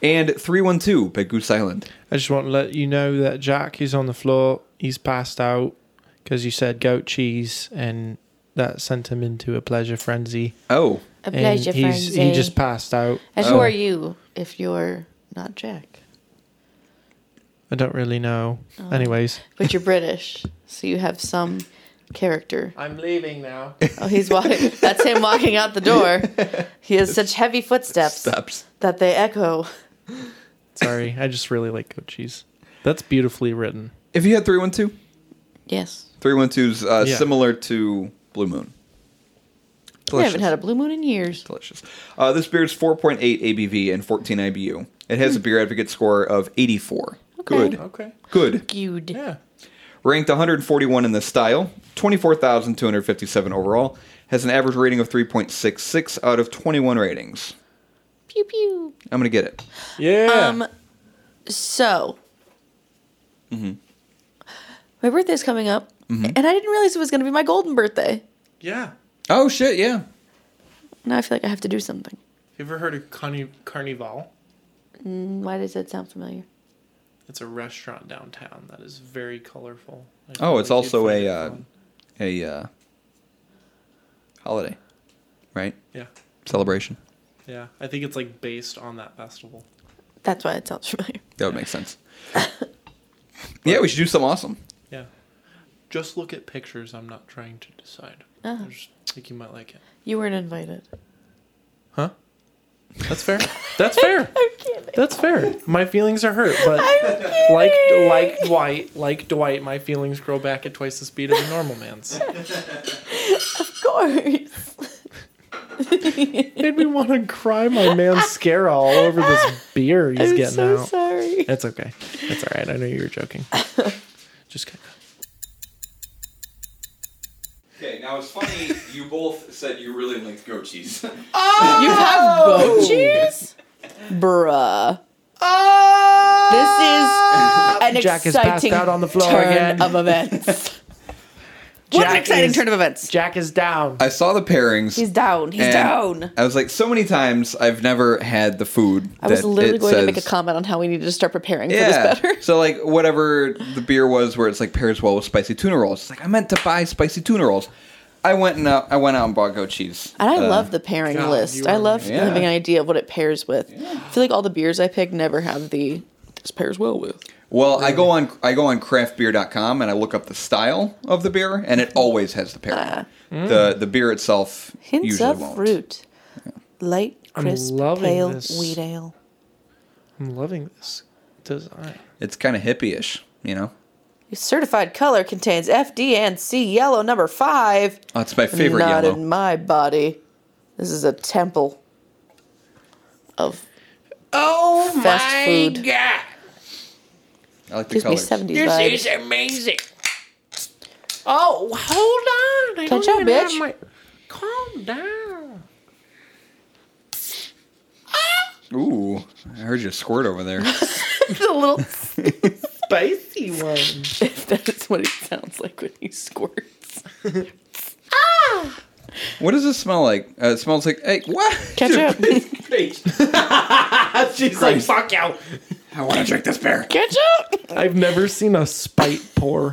[SPEAKER 1] And 312 by Goose Island.
[SPEAKER 3] I just want to let you know that Jack is on the floor. He's passed out because you said goat cheese, and that sent him into a pleasure frenzy.
[SPEAKER 1] Oh,
[SPEAKER 2] A
[SPEAKER 3] and
[SPEAKER 2] pleasure
[SPEAKER 3] he's,
[SPEAKER 2] frenzy.
[SPEAKER 3] He just passed out.
[SPEAKER 2] and who
[SPEAKER 1] Oh.
[SPEAKER 2] are you if you're not Jack?
[SPEAKER 3] I don't really know.
[SPEAKER 2] Oh.
[SPEAKER 3] Anyways,
[SPEAKER 2] But you're British, so you have some character.
[SPEAKER 4] I'm leaving now.
[SPEAKER 2] Oh, he's walking. That's him walking out the door. He has such heavy footsteps
[SPEAKER 1] steps.
[SPEAKER 2] that they echo.
[SPEAKER 3] sorry. I just really like goat cheese. That's beautifully written.
[SPEAKER 1] If you had 312,
[SPEAKER 2] Yes.
[SPEAKER 1] 312's uh,
[SPEAKER 3] Yeah.
[SPEAKER 1] similar to Blue Moon.
[SPEAKER 2] I haven't had a blue moon in years.
[SPEAKER 1] Delicious. Uh,
[SPEAKER 2] Hmm.
[SPEAKER 1] this beer is 4.8 ABV and 14 IBU. It has a Beer Advocate score of 84. Good.
[SPEAKER 3] Okay.
[SPEAKER 1] Good.
[SPEAKER 2] Good.
[SPEAKER 3] Yeah.
[SPEAKER 1] Ranked 141 in this style, 24,257 overall, has an average rating of 3.66 out of 21 ratings.
[SPEAKER 2] Pew pew.
[SPEAKER 1] I'm going to get it.
[SPEAKER 3] Yeah.
[SPEAKER 2] Um, so Mm-hmm. my birthday's coming up,
[SPEAKER 3] Mm-hmm.
[SPEAKER 2] and I didn't realize it was going to be my golden birthday.
[SPEAKER 3] yeah.
[SPEAKER 1] Oh, shit, yeah.
[SPEAKER 2] Now I feel like I have to do something.
[SPEAKER 3] You ever heard of Carni- Carnival?
[SPEAKER 2] Why does that sound familiar?
[SPEAKER 3] It's a restaurant downtown that is very colorful. I
[SPEAKER 1] Oh,
[SPEAKER 3] really
[SPEAKER 1] it's
[SPEAKER 3] did
[SPEAKER 1] also
[SPEAKER 3] find
[SPEAKER 1] a
[SPEAKER 3] it
[SPEAKER 1] uh,
[SPEAKER 3] fun.
[SPEAKER 1] a uh, holiday, right?
[SPEAKER 3] yeah,
[SPEAKER 1] Celebration.
[SPEAKER 3] yeah. I think it's like based on that festival.
[SPEAKER 2] That's why it sounds familiar.
[SPEAKER 1] That would make sense. yeah, we should do something awesome.
[SPEAKER 3] Yeah. Just look at pictures. I'm not trying to decide.
[SPEAKER 2] Ah.
[SPEAKER 3] I just think you might like it.
[SPEAKER 2] You weren't invited.
[SPEAKER 3] Huh? That's fair. That's fair.
[SPEAKER 2] I'm kidding.
[SPEAKER 3] That's fair. My feelings are hurt, but like like Dwight, like Dwight, my feelings grow back at twice the speed of a normal man's.
[SPEAKER 2] Of course.
[SPEAKER 3] Made me want to cry my man scare all over this beer he's
[SPEAKER 2] I'm
[SPEAKER 3] getting
[SPEAKER 2] so
[SPEAKER 3] out.
[SPEAKER 2] sorry.
[SPEAKER 3] It's okay. It's all right. I know you were joking. Just kind of.
[SPEAKER 1] Okay, now it's funny. You both said you really liked goat cheese.
[SPEAKER 2] You have goat cheese? Bruh. Oh! This is an
[SPEAKER 3] Ah! Jack has passed
[SPEAKER 2] exciting
[SPEAKER 3] out on the floor
[SPEAKER 2] turn
[SPEAKER 3] again.
[SPEAKER 2] of events. what an
[SPEAKER 3] Jack
[SPEAKER 2] exciting
[SPEAKER 3] is-
[SPEAKER 2] turn of events.
[SPEAKER 3] Jack is down.
[SPEAKER 1] I saw the pairings.
[SPEAKER 2] He's down. He's
[SPEAKER 1] and
[SPEAKER 2] down.
[SPEAKER 1] I was like, so many times I've never had the food.
[SPEAKER 2] I was
[SPEAKER 1] that
[SPEAKER 2] literally
[SPEAKER 1] it
[SPEAKER 2] going to make a
[SPEAKER 1] says-
[SPEAKER 2] comment on how we needed to start preparing for
[SPEAKER 1] Yeah.
[SPEAKER 2] this better.
[SPEAKER 1] so like whatever the beer was, where it's like pairs well with spicy tuna rolls. It's like I meant to buy spicy tuna rolls. I went and uh, I went out and bought goat cheese.
[SPEAKER 2] And I
[SPEAKER 1] Uh,
[SPEAKER 2] love the pairing
[SPEAKER 3] God,
[SPEAKER 2] list.
[SPEAKER 3] you
[SPEAKER 2] I
[SPEAKER 3] are
[SPEAKER 2] love
[SPEAKER 1] amazing.
[SPEAKER 2] having
[SPEAKER 1] Yeah.
[SPEAKER 2] an idea of what it pairs with. I feel like all the beers I pick never have the this pairs well with.
[SPEAKER 1] Well, I go on I go on craftbeer.com and I look up the style of the beer, and it always has the pairing. The the beer itself
[SPEAKER 2] Uh, Hints
[SPEAKER 1] usually
[SPEAKER 2] of
[SPEAKER 1] won't.
[SPEAKER 2] fruit. Light,
[SPEAKER 3] I'm
[SPEAKER 2] crisp,
[SPEAKER 3] loving
[SPEAKER 2] pale,
[SPEAKER 3] this.
[SPEAKER 2] wheat ale.
[SPEAKER 3] I'm loving this design.
[SPEAKER 1] It's kind of hippie-ish, you know.
[SPEAKER 2] Certified color contains FD and C yellow number five.
[SPEAKER 1] Oh, it's my favorite
[SPEAKER 2] Not
[SPEAKER 1] yellow.
[SPEAKER 2] in my body. This is a temple of
[SPEAKER 7] Oh
[SPEAKER 2] Fast
[SPEAKER 7] my
[SPEAKER 2] food.
[SPEAKER 7] god.
[SPEAKER 1] I like the
[SPEAKER 2] gives me
[SPEAKER 1] colors.
[SPEAKER 2] seventies
[SPEAKER 7] This
[SPEAKER 2] vibes.
[SPEAKER 7] is amazing. Oh, hold on. I
[SPEAKER 2] Catch
[SPEAKER 7] don't
[SPEAKER 2] up,
[SPEAKER 7] even have
[SPEAKER 2] bitch.
[SPEAKER 7] my- Calm down.
[SPEAKER 1] Ooh, I heard you squirt over there.
[SPEAKER 2] the little
[SPEAKER 3] Spicy one.
[SPEAKER 2] that's what it sounds like when he squirts.
[SPEAKER 7] Ah!
[SPEAKER 1] what does this smell like? Uh, it smells like hey, what?
[SPEAKER 2] Ketchup.
[SPEAKER 3] She's like, fuck you.
[SPEAKER 1] I want to drink this beer.
[SPEAKER 2] Ketchup.
[SPEAKER 3] I've never seen a spite pour.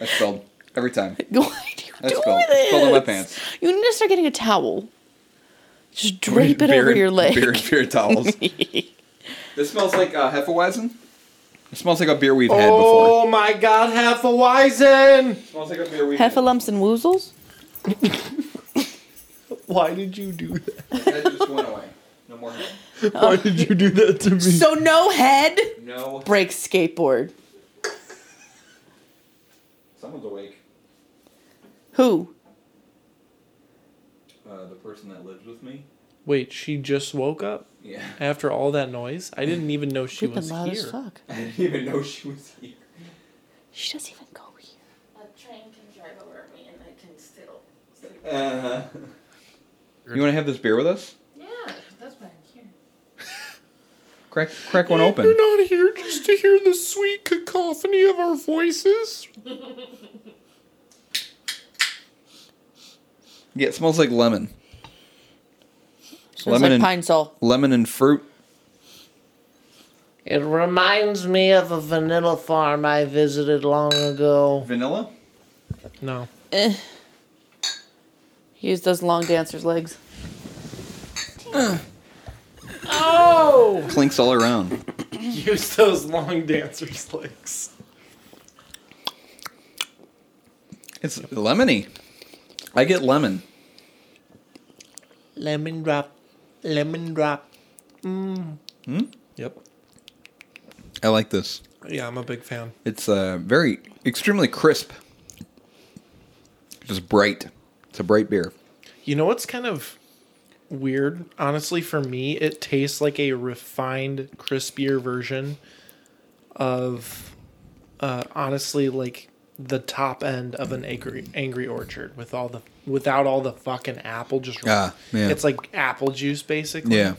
[SPEAKER 1] I spelled every time.
[SPEAKER 2] Why do you
[SPEAKER 1] I
[SPEAKER 2] do
[SPEAKER 1] spelled,
[SPEAKER 2] this?
[SPEAKER 1] spelled in my pants.
[SPEAKER 2] You need to start getting a towel. Just drape it over
[SPEAKER 1] and-
[SPEAKER 2] your leg.
[SPEAKER 1] Beer, and beer towels. this smells like uh, Hefeweizen. It smells like a beer we've had before.
[SPEAKER 2] Oh.
[SPEAKER 3] Oh my god, half a Weizen!
[SPEAKER 1] It smells like a beer we've had.
[SPEAKER 2] Heffalumps and woozles.
[SPEAKER 3] Why did you do that?
[SPEAKER 1] That just went away. No more. Head.
[SPEAKER 3] Why did you do that to me?
[SPEAKER 2] So no head.
[SPEAKER 1] No.
[SPEAKER 2] Break skateboard.
[SPEAKER 1] Someone's awake.
[SPEAKER 2] Who?
[SPEAKER 1] Uh, the person that lives with me.
[SPEAKER 3] Wait, she just woke up
[SPEAKER 1] Yeah.
[SPEAKER 3] after all that noise? I didn't even know she was
[SPEAKER 2] loud as
[SPEAKER 3] here.
[SPEAKER 2] fuck.
[SPEAKER 1] I didn't even know she was here.
[SPEAKER 2] She doesn't even go here.
[SPEAKER 8] A train can drive over me and I can still sleep.
[SPEAKER 1] Uh, you want to have this beer with us?
[SPEAKER 8] Yeah, that's why I'm here.
[SPEAKER 1] Crack, crack one open.
[SPEAKER 3] You're not here just to hear the sweet cacophony of our voices?
[SPEAKER 1] Yeah, it smells like lemon.
[SPEAKER 2] Smells
[SPEAKER 1] Lemon
[SPEAKER 2] like
[SPEAKER 1] and-
[SPEAKER 2] pine sol.
[SPEAKER 1] Lemon and fruit.
[SPEAKER 7] It reminds me of a vanilla farm I visited long ago.
[SPEAKER 1] Vanilla?
[SPEAKER 3] No.
[SPEAKER 2] Use Eh. those long dancer's legs.
[SPEAKER 1] Clinks all around.
[SPEAKER 3] Use those long dancer's legs.
[SPEAKER 1] It's lemony. I get lemon.
[SPEAKER 7] Lemon drop. Lemon drop.
[SPEAKER 3] Hmm? Yep.
[SPEAKER 1] I like this.
[SPEAKER 3] Yeah, I'm a big fan.
[SPEAKER 1] It's uh, very, extremely crisp. Just bright. It's a bright beer.
[SPEAKER 3] You know what's kind of weird. Honestly, for me, it tastes like a refined, crispier version of, uh, honestly, like the top end of an angry angry orchard with all the without all the fucking apple. Just
[SPEAKER 1] Ah, yeah.
[SPEAKER 3] it's like apple juice basically.
[SPEAKER 1] Yeah.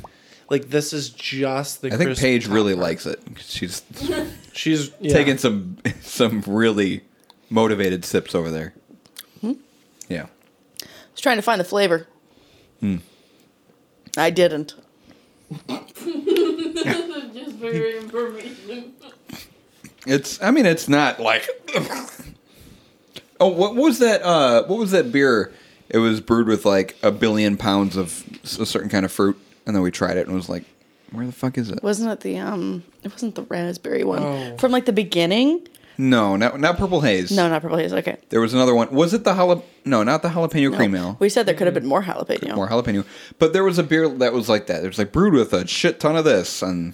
[SPEAKER 3] Like this is just the.
[SPEAKER 1] I think
[SPEAKER 3] crisp
[SPEAKER 1] Paige
[SPEAKER 3] top
[SPEAKER 1] really
[SPEAKER 3] part.
[SPEAKER 1] likes it. She's
[SPEAKER 3] She's yeah.
[SPEAKER 1] taking some some really motivated sips over there.
[SPEAKER 3] Hmm?
[SPEAKER 1] Yeah.
[SPEAKER 2] was trying to find the flavor.
[SPEAKER 1] Hmm.
[SPEAKER 2] I didn't.
[SPEAKER 8] Just very information.
[SPEAKER 1] It's I mean it's not like Oh, what was that uh what was that beer? It was brewed with like a billion pounds of a certain kind of fruit and then we tried it and it was like where the fuck is it?
[SPEAKER 2] Wasn't it the um? It wasn't the raspberry one
[SPEAKER 3] Oh.
[SPEAKER 2] from like the beginning.
[SPEAKER 1] No, not not Purple Haze.
[SPEAKER 2] No, not purple haze. Okay.
[SPEAKER 1] There was another one. Was it the jalap No, not the jalapeno
[SPEAKER 2] No.
[SPEAKER 1] cream ale.
[SPEAKER 2] We said there could have been more jalapeno.
[SPEAKER 1] more jalapeno. But there was a beer that was like that. It was like brewed with a shit ton of this, and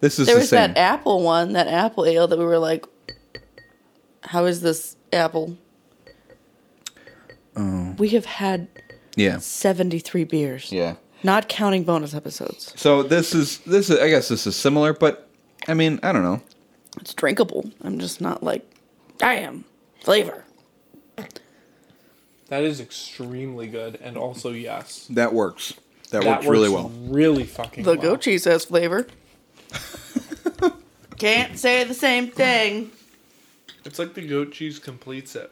[SPEAKER 1] this is
[SPEAKER 2] there
[SPEAKER 1] the
[SPEAKER 2] was
[SPEAKER 1] same.
[SPEAKER 2] that apple one, that apple ale that we were like, how is this apple? We have had
[SPEAKER 1] yeah,
[SPEAKER 2] seventy three beers.
[SPEAKER 1] Oh. yeah.
[SPEAKER 2] Not counting bonus episodes.
[SPEAKER 1] So this is this is. I guess this is similar, but I mean, I don't know.
[SPEAKER 2] It's drinkable. I'm just not like, damn flavor.
[SPEAKER 3] That is extremely good, and also yes,
[SPEAKER 1] That works. That,
[SPEAKER 3] that
[SPEAKER 1] works, really well.
[SPEAKER 3] Really fucking
[SPEAKER 2] The
[SPEAKER 3] well.
[SPEAKER 2] goat cheese has flavor. Can't say the same thing.
[SPEAKER 3] It's like the goat cheese completes it,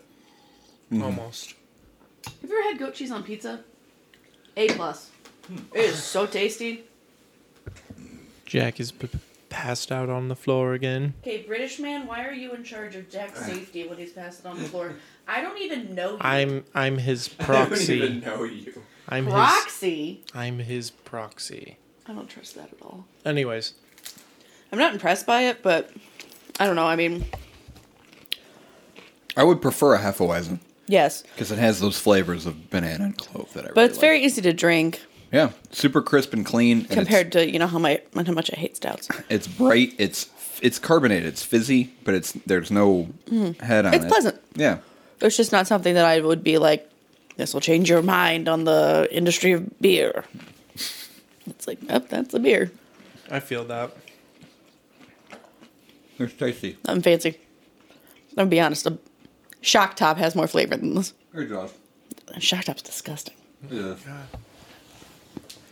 [SPEAKER 1] Mm-hmm.
[SPEAKER 3] almost.
[SPEAKER 2] Have you ever had goat cheese on pizza? A plus. It is so tasty.
[SPEAKER 3] Jack is p- passed out on the floor again.
[SPEAKER 2] Okay, British man, why are you in charge of Jack's safety when he's passed on the floor? I don't even know you.
[SPEAKER 3] I'm I'm his proxy.
[SPEAKER 1] know you.
[SPEAKER 3] I'm his
[SPEAKER 2] Roxy.
[SPEAKER 3] I'm his proxy.
[SPEAKER 2] I don't trust that at all.
[SPEAKER 3] Anyways,
[SPEAKER 2] I'm not impressed by it, but I don't know. I mean,
[SPEAKER 1] I would prefer a Hefeweizen
[SPEAKER 2] yes,
[SPEAKER 1] because it has those flavors of banana and clove that I.
[SPEAKER 2] but it's very easy to drink
[SPEAKER 1] yeah, super crisp and clean. And
[SPEAKER 2] compared to you know how my how much I hate stouts.
[SPEAKER 1] it's, it's bright. It's it's carbonated. It's fizzy, but it's there's no head on
[SPEAKER 2] Mm-hmm. It's
[SPEAKER 1] it.
[SPEAKER 2] pleasant.
[SPEAKER 1] Yeah.
[SPEAKER 2] It's just not something that I would be like, this will change your mind on the industry of beer. It's like, oh, that's a beer.
[SPEAKER 3] I feel that.
[SPEAKER 1] It's tasty.
[SPEAKER 2] I'm fancy. I'm gonna be honest. A shock top has more flavor than this.
[SPEAKER 1] Hey, Josh.
[SPEAKER 2] Shock top's disgusting.
[SPEAKER 1] Yeah.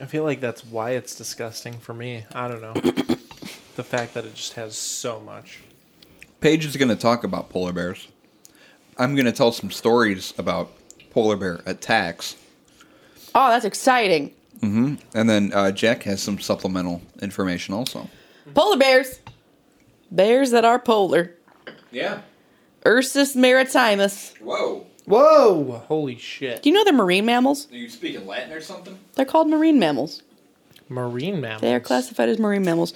[SPEAKER 3] I feel like that's why it's disgusting for me. I don't know. the fact that it just has so much.
[SPEAKER 1] Paige is going to talk about polar bears. I'm going to tell some stories about polar bear attacks.
[SPEAKER 2] Oh, that's exciting.
[SPEAKER 1] And then uh, Jack has some supplemental information also.
[SPEAKER 2] Polar bears. Bears that are polar.
[SPEAKER 1] Yeah.
[SPEAKER 2] Ursus maritimus.
[SPEAKER 1] Whoa.
[SPEAKER 3] Whoa! Holy shit!
[SPEAKER 2] Do you know they're marine mammals?
[SPEAKER 1] Are you speaking Latin or something?
[SPEAKER 2] They're called marine mammals.
[SPEAKER 3] Marine mammals.
[SPEAKER 2] They are classified as marine mammals.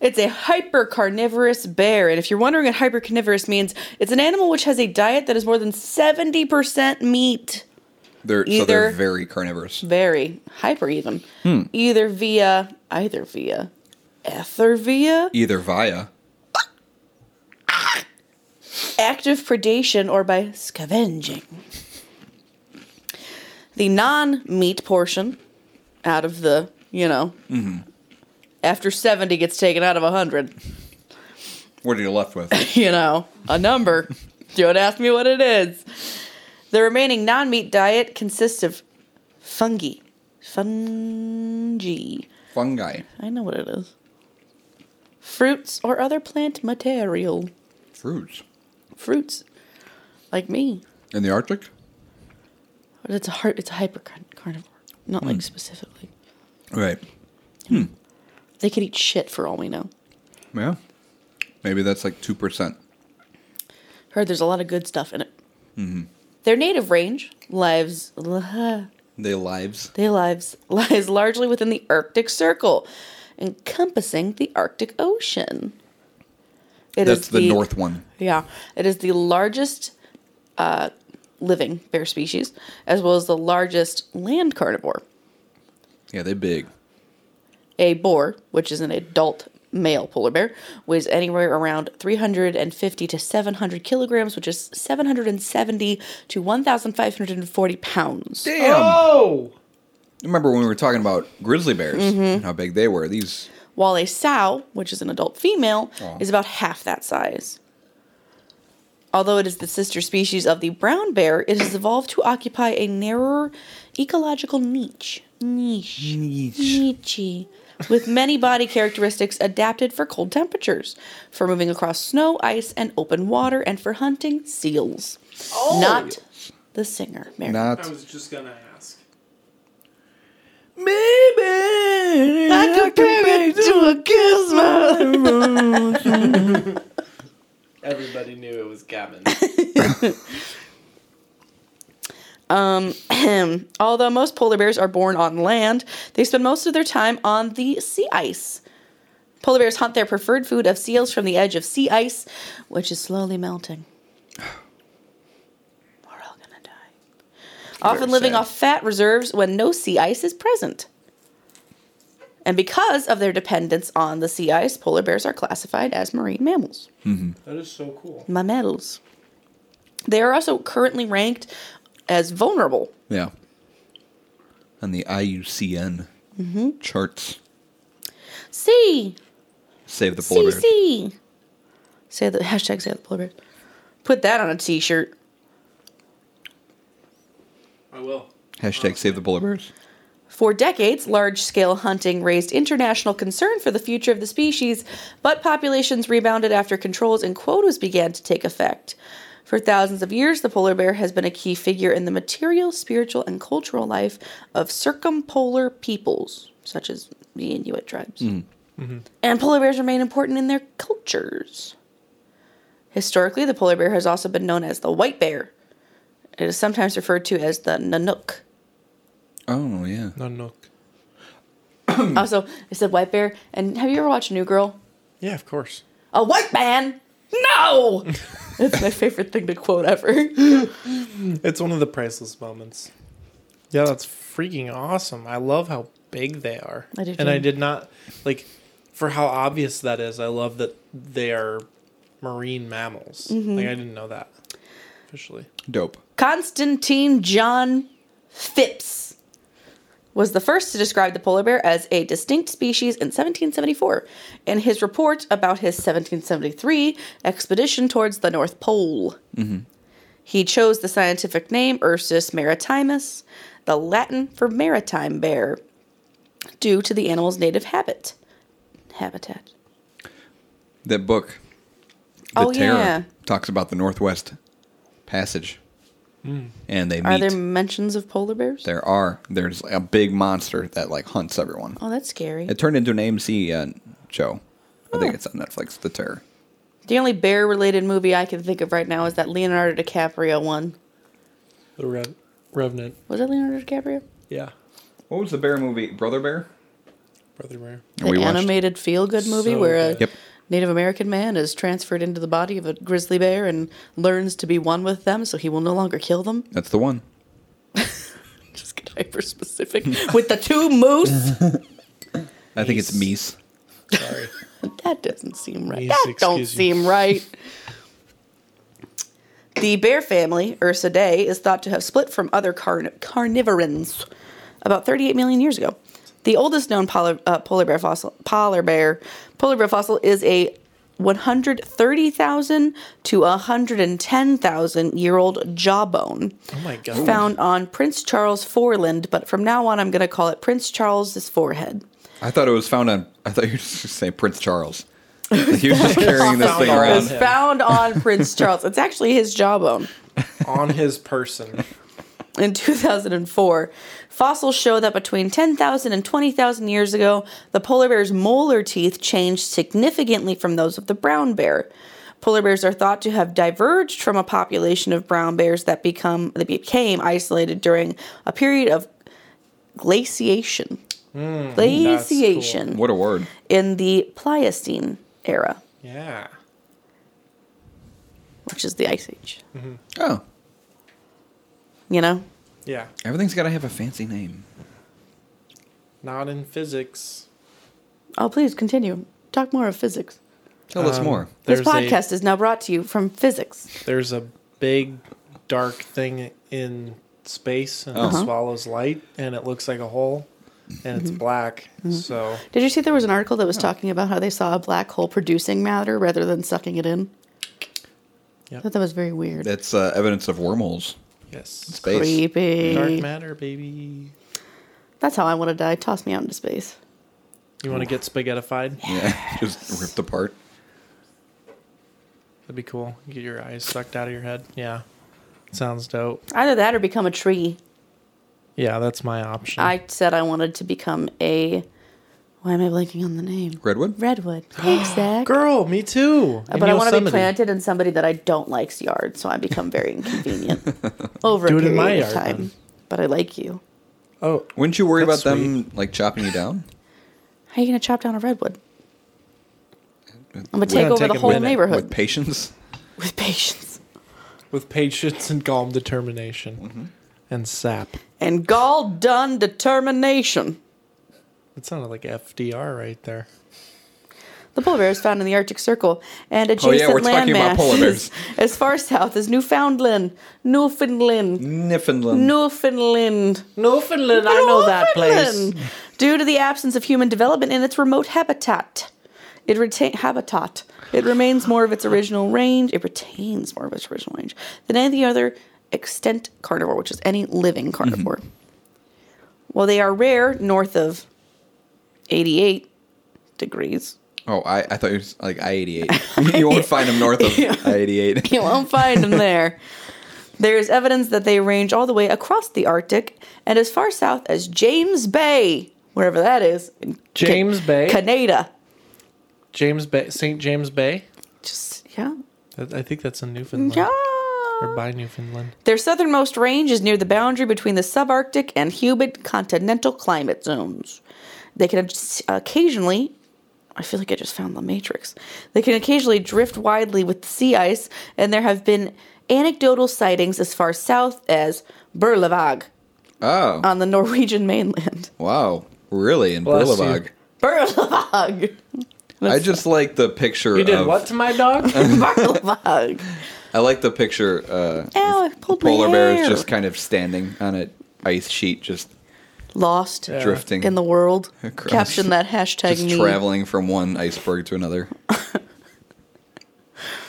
[SPEAKER 2] It's a hypercarnivorous bear. And if you're wondering what hypercarnivorous means, it's an animal which has a diet that is more than 70% meat.
[SPEAKER 1] They're, so they're
[SPEAKER 2] Either-
[SPEAKER 1] very carnivorous.
[SPEAKER 2] Very hyper even. Either via either via ether via
[SPEAKER 1] Either via.
[SPEAKER 2] active predation or by scavenging. The non-meat portion out of the, you know, after 70 gets taken out of 100.
[SPEAKER 1] What are you left with?
[SPEAKER 2] you know, a number. Don't ask me what it is. The remaining non meat diet consists of fungi. Fungi.
[SPEAKER 1] Fungi.
[SPEAKER 2] I know what it is. Fruits or other plant material.
[SPEAKER 1] Fruits.
[SPEAKER 2] Fruits. Like me.
[SPEAKER 1] In the Arctic?
[SPEAKER 2] But it's a heart it's a hyper carnivore. Not like specifically.
[SPEAKER 1] Right.
[SPEAKER 2] They could eat shit for all we know.
[SPEAKER 1] Yeah. Maybe that's like 2%.
[SPEAKER 2] Heard there's a lot of good stuff in it. Their native range lives uh,
[SPEAKER 1] They lives.
[SPEAKER 2] Their lives lies largely within the Arctic Circle, encompassing the Arctic Ocean. It is
[SPEAKER 1] That's the, north one.
[SPEAKER 2] Yeah, it is the largest uh, living bear species, as well as the largest land carnivore.
[SPEAKER 1] Yeah, they big.
[SPEAKER 2] A boar, which is an adult male polar bear, weighs anywhere around 350 to 700 kilograms, which is 770 to 1,540 pounds.
[SPEAKER 1] Damn.
[SPEAKER 3] Oh!
[SPEAKER 1] Remember when we were talking about grizzly bears
[SPEAKER 2] Mm-hmm.
[SPEAKER 1] and how big they were? These
[SPEAKER 2] While a sow, which is an adult female,
[SPEAKER 1] Aw.
[SPEAKER 2] is about half that size. Although it is the sister species of the brown bear, it has evolved to occupy a narrower ecological niche. Niche. Niche. With many body characteristics adapted for cold temperatures, for moving across snow, ice, and open water, and for hunting seals. Not the singer, Mary.
[SPEAKER 1] not
[SPEAKER 4] was just gonna ask.
[SPEAKER 1] maybe I
[SPEAKER 2] a gizmo.
[SPEAKER 4] Everybody knew it was Gavin.
[SPEAKER 2] Ahem. Um, Although most polar bears are born on land, they spend most of their time on the sea ice. Polar bears hunt their preferred food of seals from the edge of sea ice, which is slowly melting. We're all gonna die. Often living
[SPEAKER 1] sad.
[SPEAKER 2] off fat reserves when no sea ice is present. And because of their dependence on the sea ice, polar bears are classified as marine mammals
[SPEAKER 4] that is so cool.
[SPEAKER 2] mammals. They are also currently ranked as vulnerable.
[SPEAKER 1] Yeah. On the IUCN
[SPEAKER 2] Mm-hmm.
[SPEAKER 1] charts.
[SPEAKER 2] C
[SPEAKER 1] Save the polar
[SPEAKER 2] C
[SPEAKER 1] bears.
[SPEAKER 2] C. Say the hashtag. Say the polar bears. Put that on a T-shirt.
[SPEAKER 4] I will.
[SPEAKER 1] Hashtag save the polar bears.
[SPEAKER 2] For decades, large scale hunting raised international concern for the future of the species, but populations rebounded after controls and quotas began to take effect. For thousands of years, the polar bear has been a key figure in the material, spiritual, and cultural life of circumpolar peoples, such as the Inuit tribes. And polar bears remain important in their cultures. Historically, the polar bear has also been known as the white bear. It is sometimes referred to as the Nanook.
[SPEAKER 1] Oh yeah.
[SPEAKER 3] No nook.
[SPEAKER 2] Also, I said white bear. And have you ever watched New Girl?
[SPEAKER 3] Yeah, of course.
[SPEAKER 2] A white man? No! That's my favorite thing to quote ever.
[SPEAKER 3] It's one of the priceless moments. Yeah, that's freaking awesome. I love how big they are.
[SPEAKER 2] I do
[SPEAKER 3] and I
[SPEAKER 2] too.
[SPEAKER 3] did not like for how obvious that is. I love that they are marine mammals.
[SPEAKER 2] Mm-hmm.
[SPEAKER 3] Like I didn't know that officially.
[SPEAKER 1] Dope.
[SPEAKER 2] Constantine John Phipps was the first to describe the polar bear as a distinct species in 1774 in his report about his 1773 expedition towards the North Pole. He chose the scientific name Ursus maritimus, the Latin for maritime bear, due to the animal's native habit. Habitat.
[SPEAKER 1] That book. The
[SPEAKER 2] Oh,
[SPEAKER 1] Terror
[SPEAKER 2] yeah.
[SPEAKER 1] talks about the Northwest Passage. And they meet
[SPEAKER 2] Are there mentions of polar bears?
[SPEAKER 1] There are. There's a big monster that like hunts everyone.
[SPEAKER 2] Oh, that's scary.
[SPEAKER 1] It turned into an AMC uh, show. I
[SPEAKER 2] Oh.
[SPEAKER 1] think it's on Netflix. The Terror.
[SPEAKER 2] The only bear related movie I can think of right now is that Leonardo DiCaprio one.
[SPEAKER 3] The Rev- Revenant.
[SPEAKER 2] Was that Leonardo DiCaprio?
[SPEAKER 3] Yeah.
[SPEAKER 1] What was the bear movie? Brother Bear.
[SPEAKER 3] Brother Bear.
[SPEAKER 2] The animated feel good movie
[SPEAKER 3] So
[SPEAKER 2] where a
[SPEAKER 3] good.
[SPEAKER 1] Yep.
[SPEAKER 2] Native American man is transferred into the body of a grizzly bear and learns to be one with them so he will no longer kill them.
[SPEAKER 1] That's the one.
[SPEAKER 2] Just get hyper specific. with the two moose?
[SPEAKER 1] I think it's Meese.
[SPEAKER 3] Sorry.
[SPEAKER 2] That doesn't seem right.
[SPEAKER 3] Yes,
[SPEAKER 2] that don't
[SPEAKER 3] excuse you.
[SPEAKER 2] seem right. The bear family, Ursidae, is thought to have split from other carn- carnivorans about 38 million years ago. The oldest known polar, uh, polar bear fossil, polar bear, polar bear fossil is a 130,000 to 110,000 year old jawbone
[SPEAKER 3] Oh my god.
[SPEAKER 2] found on Prince Charles' foreland, but from now on I'm going to call it Prince Charles's forehead.
[SPEAKER 1] I thought it was found on. I thought you were just gonna say Prince Charles. Like, he was just carrying this thing
[SPEAKER 3] Found on
[SPEAKER 1] around.
[SPEAKER 2] It's
[SPEAKER 3] him.
[SPEAKER 2] found on Prince Charles. It's actually his jawbone.
[SPEAKER 3] On his person.
[SPEAKER 2] in 2004. Fossils show that between 10,000 and 20,000 years ago, the polar bear's molar teeth changed significantly from those of the brown bear. Polar bears are thought to have diverged from a population of brown bears that become that became isolated during a period of glaciation. glaciation
[SPEAKER 1] What a word.
[SPEAKER 2] in the Pliocene era,
[SPEAKER 3] Yeah.
[SPEAKER 2] which is the ice age.
[SPEAKER 1] Oh,
[SPEAKER 2] You know?
[SPEAKER 3] Yeah.
[SPEAKER 1] everything's got to have a fancy name.
[SPEAKER 3] Not in physics.
[SPEAKER 2] Oh, please continue. Talk more of physics.
[SPEAKER 1] Tell us
[SPEAKER 3] Um,
[SPEAKER 1] more.
[SPEAKER 2] This
[SPEAKER 3] there's a-
[SPEAKER 2] podcast is now brought to you from physics.
[SPEAKER 3] there's a big dark thing in space and it
[SPEAKER 2] Uh-huh. Mm-hmm.
[SPEAKER 3] swallows light and it looks like a hole and it's black. So
[SPEAKER 2] Did you see there was an article that
[SPEAKER 3] Oh.
[SPEAKER 2] was talking about how they saw a black hole producing matter rather than sucking it in? I
[SPEAKER 3] Yep.
[SPEAKER 2] thought that was very weird.
[SPEAKER 1] That's uh, evidence of wormholes.
[SPEAKER 3] yes,
[SPEAKER 1] Space.
[SPEAKER 2] Creepy.
[SPEAKER 3] dark matter, baby.
[SPEAKER 2] That's how I want to die. Toss me out into space.
[SPEAKER 3] You want to get spaghettified?
[SPEAKER 1] Yeah, just ripped apart.
[SPEAKER 3] That'd be cool. Get your eyes sucked out of your head. Yeah, sounds dope.
[SPEAKER 2] Either that or become a tree.
[SPEAKER 3] Yeah, that's my option.
[SPEAKER 2] I said I wanted to become a. Why am I blanking on the name?
[SPEAKER 1] Redwood.
[SPEAKER 2] Redwood. Thanks, Zach. Uh,
[SPEAKER 3] Girl, me too.
[SPEAKER 2] but I want to be planted in somebody that I don't like's yard, so I become very inconvenient over
[SPEAKER 3] Do
[SPEAKER 2] a
[SPEAKER 3] it
[SPEAKER 2] period
[SPEAKER 3] in my
[SPEAKER 2] of
[SPEAKER 3] yard,
[SPEAKER 2] time.
[SPEAKER 3] then.
[SPEAKER 2] But I like you.
[SPEAKER 3] Oh,
[SPEAKER 1] Wouldn't you worry
[SPEAKER 3] That's
[SPEAKER 1] about them like chopping you down?
[SPEAKER 2] How are you going to chop down a redwood? I'm going to
[SPEAKER 3] We're
[SPEAKER 2] take
[SPEAKER 3] gonna
[SPEAKER 2] over
[SPEAKER 3] take
[SPEAKER 2] the
[SPEAKER 3] a
[SPEAKER 2] whole
[SPEAKER 3] minute
[SPEAKER 2] neighborhood
[SPEAKER 1] With patience.
[SPEAKER 2] with patience.
[SPEAKER 3] with patience and calm determination
[SPEAKER 7] Mm-hmm.
[SPEAKER 3] and sap.
[SPEAKER 2] and gall done determination.
[SPEAKER 3] It sounded like FDR right there.
[SPEAKER 2] The polar bear is found in the Arctic Circle and
[SPEAKER 1] Oh, yeah,
[SPEAKER 2] adjacent
[SPEAKER 1] we're talking about polar
[SPEAKER 2] landmasses
[SPEAKER 1] bears.
[SPEAKER 2] as far south as Newfoundland, Newfoundland,
[SPEAKER 1] Newfoundland.
[SPEAKER 2] Newfoundland.
[SPEAKER 7] Newfoundland, I know that place.
[SPEAKER 2] Newfoundland. Due to the absence of human development in its remote habitat. It retain habitat. It remains more of its original range. It retains more of its original range than any other extant carnivore, which is any
[SPEAKER 7] Mm-hmm.
[SPEAKER 2] living carnivore. While they are rare north of 88 degrees,
[SPEAKER 1] Oh, I, I thought you were s- like I eighty eight. You won't find them north of I eighty eight.
[SPEAKER 2] you won't find them there. There is evidence that they range all the way across the Arctic and as far south as James Bay, wherever that is, in Ca-
[SPEAKER 3] James Bay?
[SPEAKER 2] Canada.
[SPEAKER 3] James Bay, St. James Bay.
[SPEAKER 2] Just yeah,
[SPEAKER 3] That- I think that's in Newfoundland
[SPEAKER 2] yeah.
[SPEAKER 3] or by Newfoundland.
[SPEAKER 2] Their southernmost range is near the boundary between the subarctic and humid continental climate zones. They can obs- occasionally. I feel like I just found the matrix. They can occasionally drift widely with the sea ice, and there have been anecdotal sightings as far south as Berlevåg
[SPEAKER 1] Oh,
[SPEAKER 2] on the Norwegian mainland.
[SPEAKER 1] wow, really? In
[SPEAKER 3] Bless you.
[SPEAKER 1] Berlevog.
[SPEAKER 2] Berlevåg.
[SPEAKER 1] I just like the picture.
[SPEAKER 7] You did
[SPEAKER 1] of,
[SPEAKER 7] what to my dog?
[SPEAKER 2] Berlevåg.
[SPEAKER 1] I like the picture. Uh,
[SPEAKER 2] Ow, I pulled
[SPEAKER 1] polar
[SPEAKER 2] my
[SPEAKER 1] bears
[SPEAKER 2] hair.
[SPEAKER 1] just kind of standing on an ice sheet, just
[SPEAKER 2] lost
[SPEAKER 1] drifting
[SPEAKER 2] in the world.
[SPEAKER 1] Across-
[SPEAKER 2] Caption that hashtag
[SPEAKER 1] just
[SPEAKER 2] me.
[SPEAKER 1] traveling from one iceberg to another.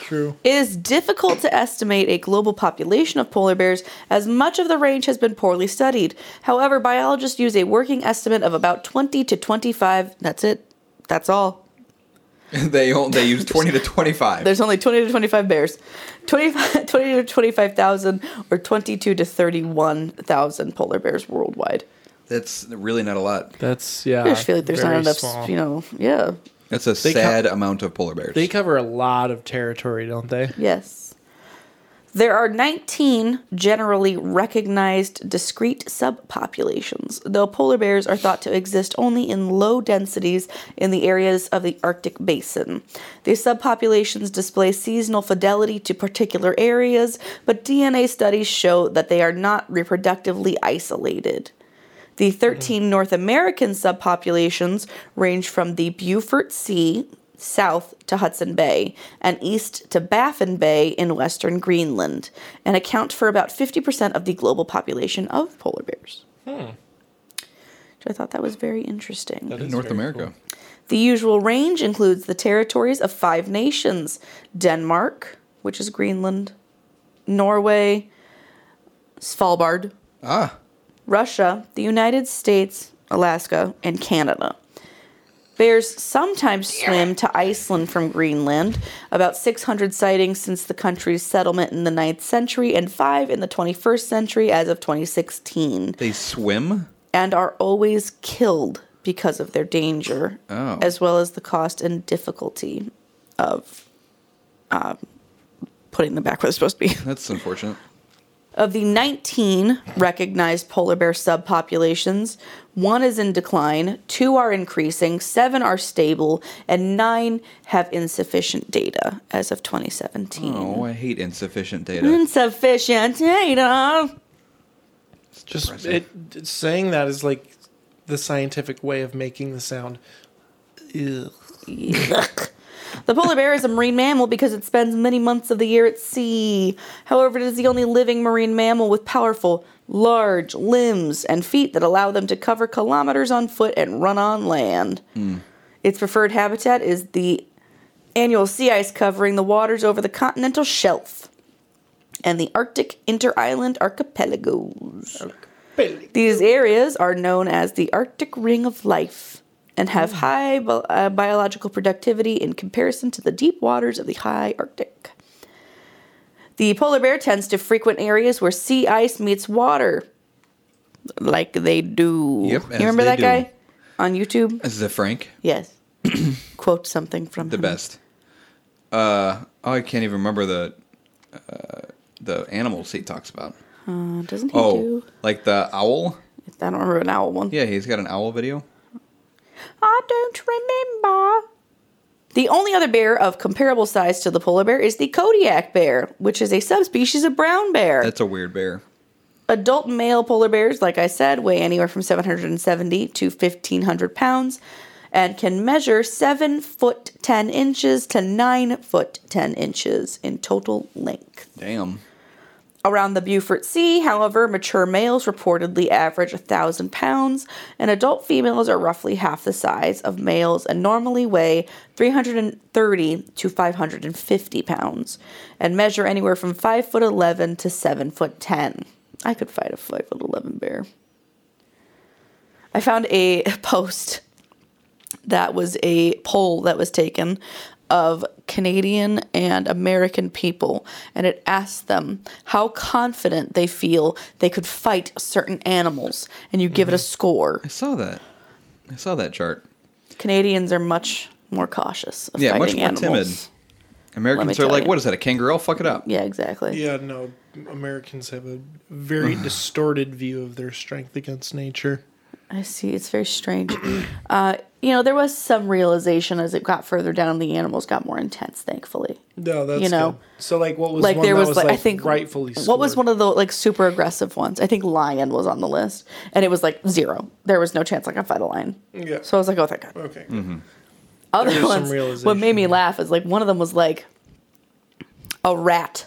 [SPEAKER 3] True.
[SPEAKER 2] It is difficult to estimate a global population of polar bears as much of the range has been poorly studied. However, biologists use a working estimate of about 20 to 25. That's it. That's all.
[SPEAKER 1] they o- they use twenty to twenty five.
[SPEAKER 2] There's only 20 to 25 bears. 25, 20 to 25,000 or 22 to 31,000 polar bears worldwide.
[SPEAKER 1] That's really not a lot.
[SPEAKER 3] That's yeah.
[SPEAKER 2] I just feel like there's not
[SPEAKER 3] Uh, very
[SPEAKER 2] enough,
[SPEAKER 3] small.
[SPEAKER 2] you know, yeah.
[SPEAKER 1] That's a
[SPEAKER 3] co-
[SPEAKER 1] sad amount of polar bears.
[SPEAKER 3] They cover a lot of territory, don't they?
[SPEAKER 2] Yes. There are 19 generally recognized discrete subpopulations, though polar bears are thought to exist only in low densities in the areas of the Arctic basin. These subpopulations display seasonal fidelity to particular areas, but DNA studies show that they are not reproductively isolated. The 13 North American subpopulations range from the Beaufort Sea south to Hudson Bay and east to Baffin Bay in western Greenland and account for about 50% of the global population of polar bears. Which I thought that was very interesting.
[SPEAKER 3] That is
[SPEAKER 1] North
[SPEAKER 3] very
[SPEAKER 1] America.
[SPEAKER 2] The usual range includes the territories of five nations Denmark, which is Greenland, Norway, Svalbard,
[SPEAKER 1] Ah,
[SPEAKER 2] Russia, the United States, Alaska, and Canada. Bears sometimes swim to Iceland from Greenland, about 600 sightings since the country's settlement in the 9th century and 5 in the 21st century as of 2016,
[SPEAKER 1] they swim.
[SPEAKER 2] and are always killed because of their danger,
[SPEAKER 1] Oh.
[SPEAKER 2] as well as the cost and difficulty of um, putting them back where they're supposed to be.
[SPEAKER 1] That's unfortunate.
[SPEAKER 2] Of the 19 recognized polar bear subpopulations, one is in decline, two are increasing, seven are stable, and nine have insufficient data as of 2017.
[SPEAKER 1] Oh, I hate insufficient data.
[SPEAKER 2] Insufficient data.
[SPEAKER 3] It's Just
[SPEAKER 1] depressing.
[SPEAKER 3] it, it's saying that is like the scientific way of making the sound. Ew.
[SPEAKER 2] Yuck. The polar bear is a marine mammal because it spends many months of the year at sea. However, it is the only living marine mammal with powerful, large limbs and feet that allow them to cover kilometers on foot and run on land. Its preferred habitat is the annual sea ice covering the waters over the continental shelf and the Arctic inter-island archipelagos. These areas are known as the Arctic Ring of Life and have high bi- uh, biological productivity in comparison to the deep waters of the high Arctic. The polar bear tends to frequent areas where sea ice meets water, like they do.
[SPEAKER 1] Yep,
[SPEAKER 2] you
[SPEAKER 1] as
[SPEAKER 2] remember
[SPEAKER 1] they
[SPEAKER 2] that
[SPEAKER 1] do.
[SPEAKER 2] guy on YouTube?
[SPEAKER 1] This is it Frank,
[SPEAKER 2] Yes. Quote something from
[SPEAKER 1] the
[SPEAKER 2] him.
[SPEAKER 1] best. Uh, oh, I can't even remember the uh, the animals he talks about.
[SPEAKER 2] Uh, doesn't he
[SPEAKER 1] Oh,
[SPEAKER 2] do?
[SPEAKER 1] like the owl.
[SPEAKER 2] I don't remember an owl one.
[SPEAKER 1] Yeah, he's got an owl video.
[SPEAKER 2] I don't remember. The only other bear of comparable size to the polar bear is the Kodiak bear, which is a subspecies of brown bear.
[SPEAKER 1] That's a weird bear.
[SPEAKER 2] Adult male polar bears, like I said, weigh anywhere from 770 to 1500 pounds and can measure 7 foot 10 inches to 9 foot 10 inches in total length.
[SPEAKER 1] Damn.
[SPEAKER 2] Around the Beaufort Sea, however, mature males reportedly average 1,000 pounds, and adult females are roughly half the size of males and normally weigh 330 to 550 pounds and measure anywhere from 5 foot 11 to 7 foot 10. I could fight a 5 foot 11 bear. I found a post that was a poll that was taken of Canadian and American people, and it asked them how confident they feel they could fight certain animals, and you give it a
[SPEAKER 1] Mm-hmm.
[SPEAKER 2] score.
[SPEAKER 1] I saw that. I saw that chart.
[SPEAKER 2] Canadians are much more cautious of
[SPEAKER 1] Yeah, much
[SPEAKER 2] fighting
[SPEAKER 1] more
[SPEAKER 2] animals.
[SPEAKER 1] timid. Americans
[SPEAKER 2] Let
[SPEAKER 1] are
[SPEAKER 2] me
[SPEAKER 1] like,
[SPEAKER 2] tell you.
[SPEAKER 1] what is that? A kangaroo? I'll fuck it up.
[SPEAKER 2] Yeah, exactly.
[SPEAKER 3] Yeah, no. Americans have a very distorted view of their strength against nature.
[SPEAKER 2] I see. It's very strange. uh, you know, there was some realization as it got further down. The animals got more intense, thankfully.
[SPEAKER 3] No, that's
[SPEAKER 2] You know,
[SPEAKER 3] So like what was
[SPEAKER 2] like
[SPEAKER 3] one
[SPEAKER 2] there
[SPEAKER 3] that
[SPEAKER 2] was,
[SPEAKER 3] was
[SPEAKER 2] like, I think
[SPEAKER 3] rightfully
[SPEAKER 2] what was one of the like super aggressive ones? I think lion was on the list, and it was like zero. There was no chance I could fight a lion.
[SPEAKER 3] Yeah.
[SPEAKER 2] So I was like, oh thank God.
[SPEAKER 3] Okay.
[SPEAKER 2] Other
[SPEAKER 3] There was some
[SPEAKER 2] ones, what
[SPEAKER 3] realization
[SPEAKER 2] made me
[SPEAKER 3] there.
[SPEAKER 2] laugh is like one of them was like a rat,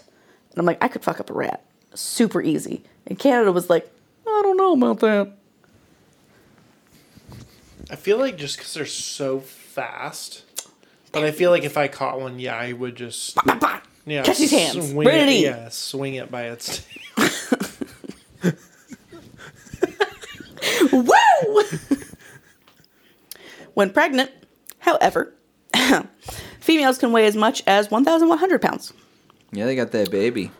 [SPEAKER 2] and I'm like, I could fuck up a rat, super easy. And Canada was like, I don't know about that.
[SPEAKER 3] I feel like just because they're so fast, but I feel like if I caught one, yeah, I would just
[SPEAKER 2] Bah, bah.
[SPEAKER 3] yeah
[SPEAKER 2] Catch his hands.
[SPEAKER 3] swing
[SPEAKER 2] Bring it
[SPEAKER 3] it,
[SPEAKER 2] in.
[SPEAKER 3] yeah, swing it by its.
[SPEAKER 2] Woo! when pregnant, however, females can weigh as much as 1,100 pounds.
[SPEAKER 1] Yeah, they got that baby.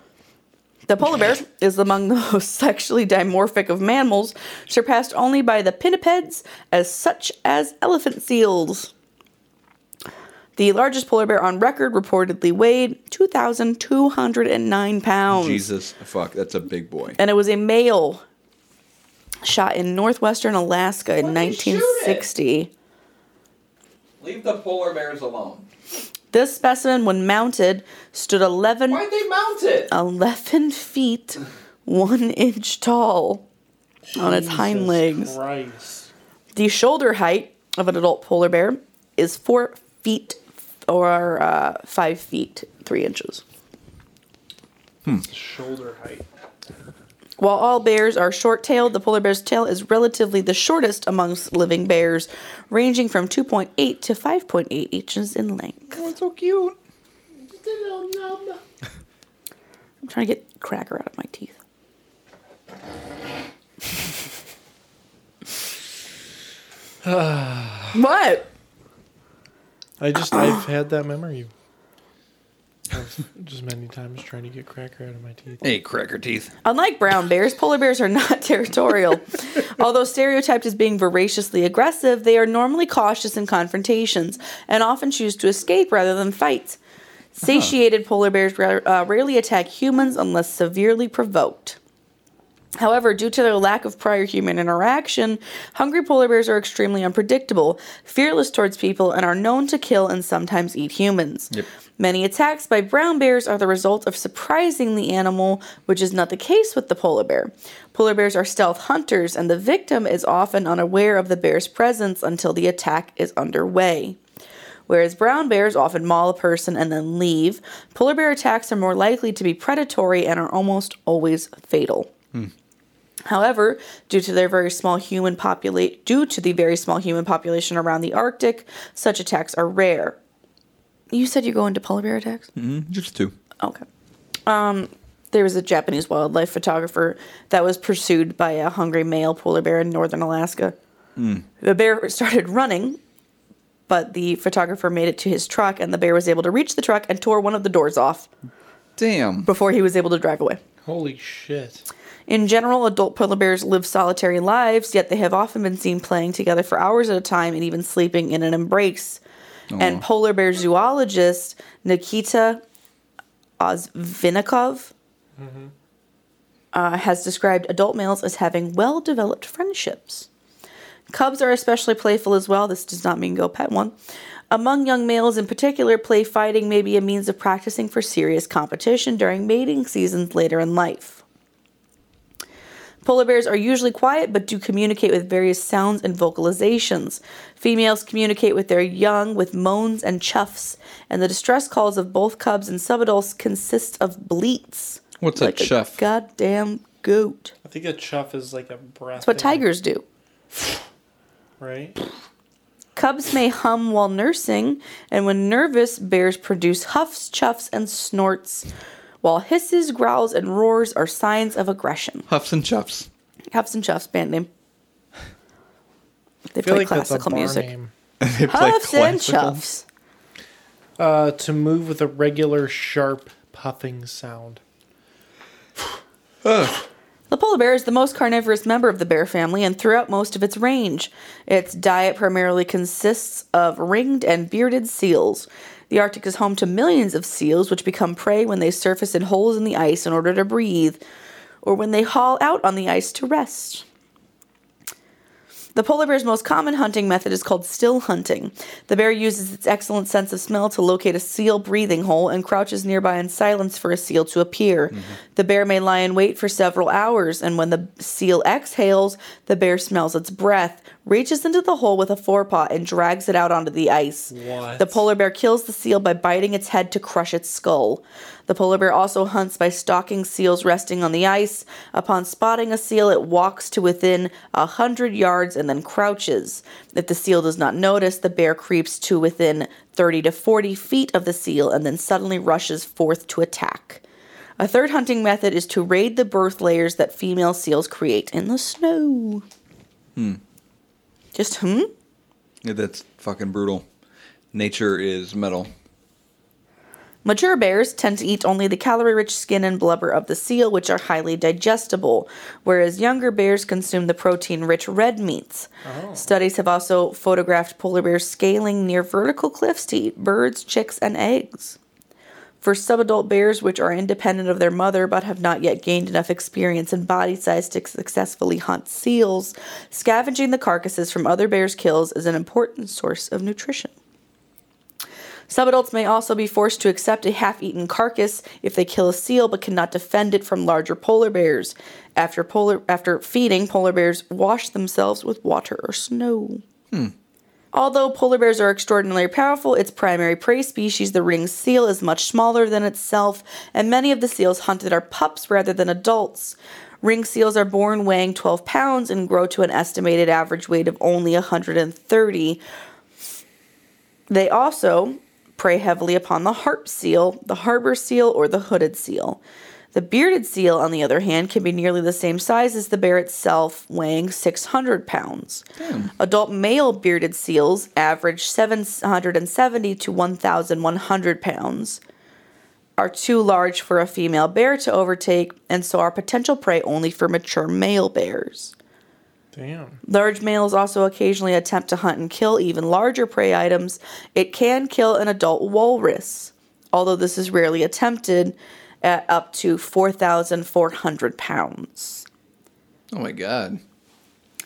[SPEAKER 2] The polar bear is among the most sexually dimorphic of mammals, surpassed only by the pinnipeds, as such as elephant seals. The largest polar bear on record reportedly weighed 2,209 pounds.
[SPEAKER 1] Jesus, fuck, that's a big boy.
[SPEAKER 2] And it was a male shot in northwestern Alaska in
[SPEAKER 1] Why'd you shoot it?
[SPEAKER 2] 1960.
[SPEAKER 1] Leave the polar bears alone.
[SPEAKER 2] This specimen, when mounted, stood 11,
[SPEAKER 1] they mount it?
[SPEAKER 2] 11 feet 1 inch tall on its hind legs.
[SPEAKER 3] Christ.
[SPEAKER 2] The shoulder height of an adult polar bear is 4 feet or uh, 5 feet 3 inches.
[SPEAKER 3] Shoulder height.
[SPEAKER 2] While all bears are short tailed, the polar bear's tail is relatively the shortest amongst living bears, ranging from 2.8 to 5.8 inches in length.
[SPEAKER 1] That's so cute.
[SPEAKER 2] I'm trying to get cracker out of my teeth. what?
[SPEAKER 3] I just I've had that memory. Of just many times trying to get cracker out of my teeth.
[SPEAKER 1] Hey, cracker teeth.
[SPEAKER 2] Unlike brown bears, polar bears are not territorial. Although stereotyped as being voraciously aggressive, they are normally cautious in confrontations and often choose to escape rather than fight. Satiated polar bears ra- uh, rarely attack humans unless severely provoked. However, due to their lack of prior human interaction, hungry polar bears are extremely unpredictable, fearless towards people, and are known to kill and sometimes eat humans.
[SPEAKER 1] Yep.
[SPEAKER 2] Many attacks by brown bears are the result of surprising the animal, which is not the case with the polar bear. Polar bears are stealth hunters, and the victim is often unaware of the bear's presence until the attack is underway. Whereas brown bears often maul a person and then leave, polar bear attacks are more likely to be predatory and are almost always fatal. However, due to their very small human populate due to the very small human population around the Arctic, such attacks are rare. You said you go into polar bear attacks?
[SPEAKER 1] Just two.
[SPEAKER 2] Okay. Um, there was a Japanese wildlife photographer that was pursued by a hungry male polar bear in northern Alaska. The bear started running, but the photographer made it to his truck, and the bear was able to reach the truck and tore one of the doors off
[SPEAKER 1] Damn.
[SPEAKER 2] before he was able to drive away.
[SPEAKER 3] Holy shit.
[SPEAKER 2] In general, adult polar bears live solitary lives, yet they have often been seen playing together for hours at a time and even sleeping in an embrace. And polar bear zoologist Nikita Ozvinikov uh, has described adult males as having well developed friendships. Cubs are especially playful as well. This does not mean go pet one. Among young males in particular, play fighting may be a means of practicing for serious competition during mating seasons later in life. Polar bears are usually quiet but do communicate with various sounds and vocalizations. Females communicate with their young with moans and chuffs, and the distress calls of both cubs and subadults consist of bleats.
[SPEAKER 1] What's a chuff?
[SPEAKER 2] goddamn goat.
[SPEAKER 3] I think a chuff is like a breath.
[SPEAKER 2] That's what tigers do.
[SPEAKER 3] Right?
[SPEAKER 2] Cubs may hum while nursing, and when nervous, bears produce huffs, chuffs, and snorts, while hisses, growls, and roars are signs of aggression.
[SPEAKER 1] Huffs and chuffs.
[SPEAKER 2] Huffs and Chuffs, band name. They
[SPEAKER 3] I feel
[SPEAKER 2] play
[SPEAKER 3] like that's a
[SPEAKER 2] classical
[SPEAKER 3] bar
[SPEAKER 2] music.
[SPEAKER 3] name.
[SPEAKER 1] They play
[SPEAKER 2] Huffs and
[SPEAKER 1] classical.
[SPEAKER 2] Chuffs.
[SPEAKER 3] Uh, to move with a regular sharp puffing sound.
[SPEAKER 2] The polar bear is the most carnivorous member of the bear family and throughout most of its range. Its diet primarily consists of ringed and bearded seals. The Arctic is home to millions of seals, which become prey when they surface in holes in the ice in order to breathe, or when they haul out on the ice to rest. The polar bear's most common hunting method is called still hunting. The bear uses its excellent sense of smell to locate a seal breathing hole and crouches nearby in silence for a seal to appear. The bear may lie in wait for several hours, and when the seal exhales, the bear smells its breath, reaches into the hole with a forepaw, and drags it out onto the ice.
[SPEAKER 3] What?
[SPEAKER 2] The polar bear kills the seal by biting its head to crush its skull. The polar bear also hunts by stalking seals resting on the ice. Upon spotting a seal, it walks to within a hundred yards and then crouches. If the seal does not notice, the bear creeps to within 30 to 40 feet of the seal and then suddenly rushes forth to attack. A third hunting method is to raid the birth layers that female seals create in the snow. Hmm. Just hmm?
[SPEAKER 1] Yeah, that's fucking brutal. Nature is metal.
[SPEAKER 2] Mature bears tend to eat only the calorie rich skin and blubber of the seal, which are highly digestible, whereas younger bears consume the protein rich red meats. Studies have also photographed polar bears scaling near vertical cliffs to eat birds, chicks, and eggs. For subadult bears, which are independent of their mother but have not yet gained enough experience and body size to successfully hunt seals, scavenging the carcasses from other bears' kills is an important source of nutrition. Subadults may also be forced to accept a half eaten carcass if they kill a seal but cannot defend it from larger polar bears. After, polar, after feeding, polar bears wash themselves with water or snow. Although polar bears are extraordinarily powerful, its primary prey species, the ringed seal, is much smaller than itself, and many of the seals hunted are pups rather than adults. Ring seals are born weighing 12 pounds and grow to an estimated average weight of only 130. They also prey heavily upon the harp seal, the harbor seal, or the hooded seal. The bearded seal, on the other hand, can be nearly the same size as the bear itself, weighing 600 pounds. Adult male bearded seals average 770 to 1,100 pounds, are too large for a female bear to overtake, and so are potential prey only for mature male bears.
[SPEAKER 3] Damn.
[SPEAKER 2] Large males also occasionally attempt to hunt and kill even larger prey items. It can kill an adult walrus, although this is rarely attempted at up to 4,400 pounds.
[SPEAKER 1] Oh my god.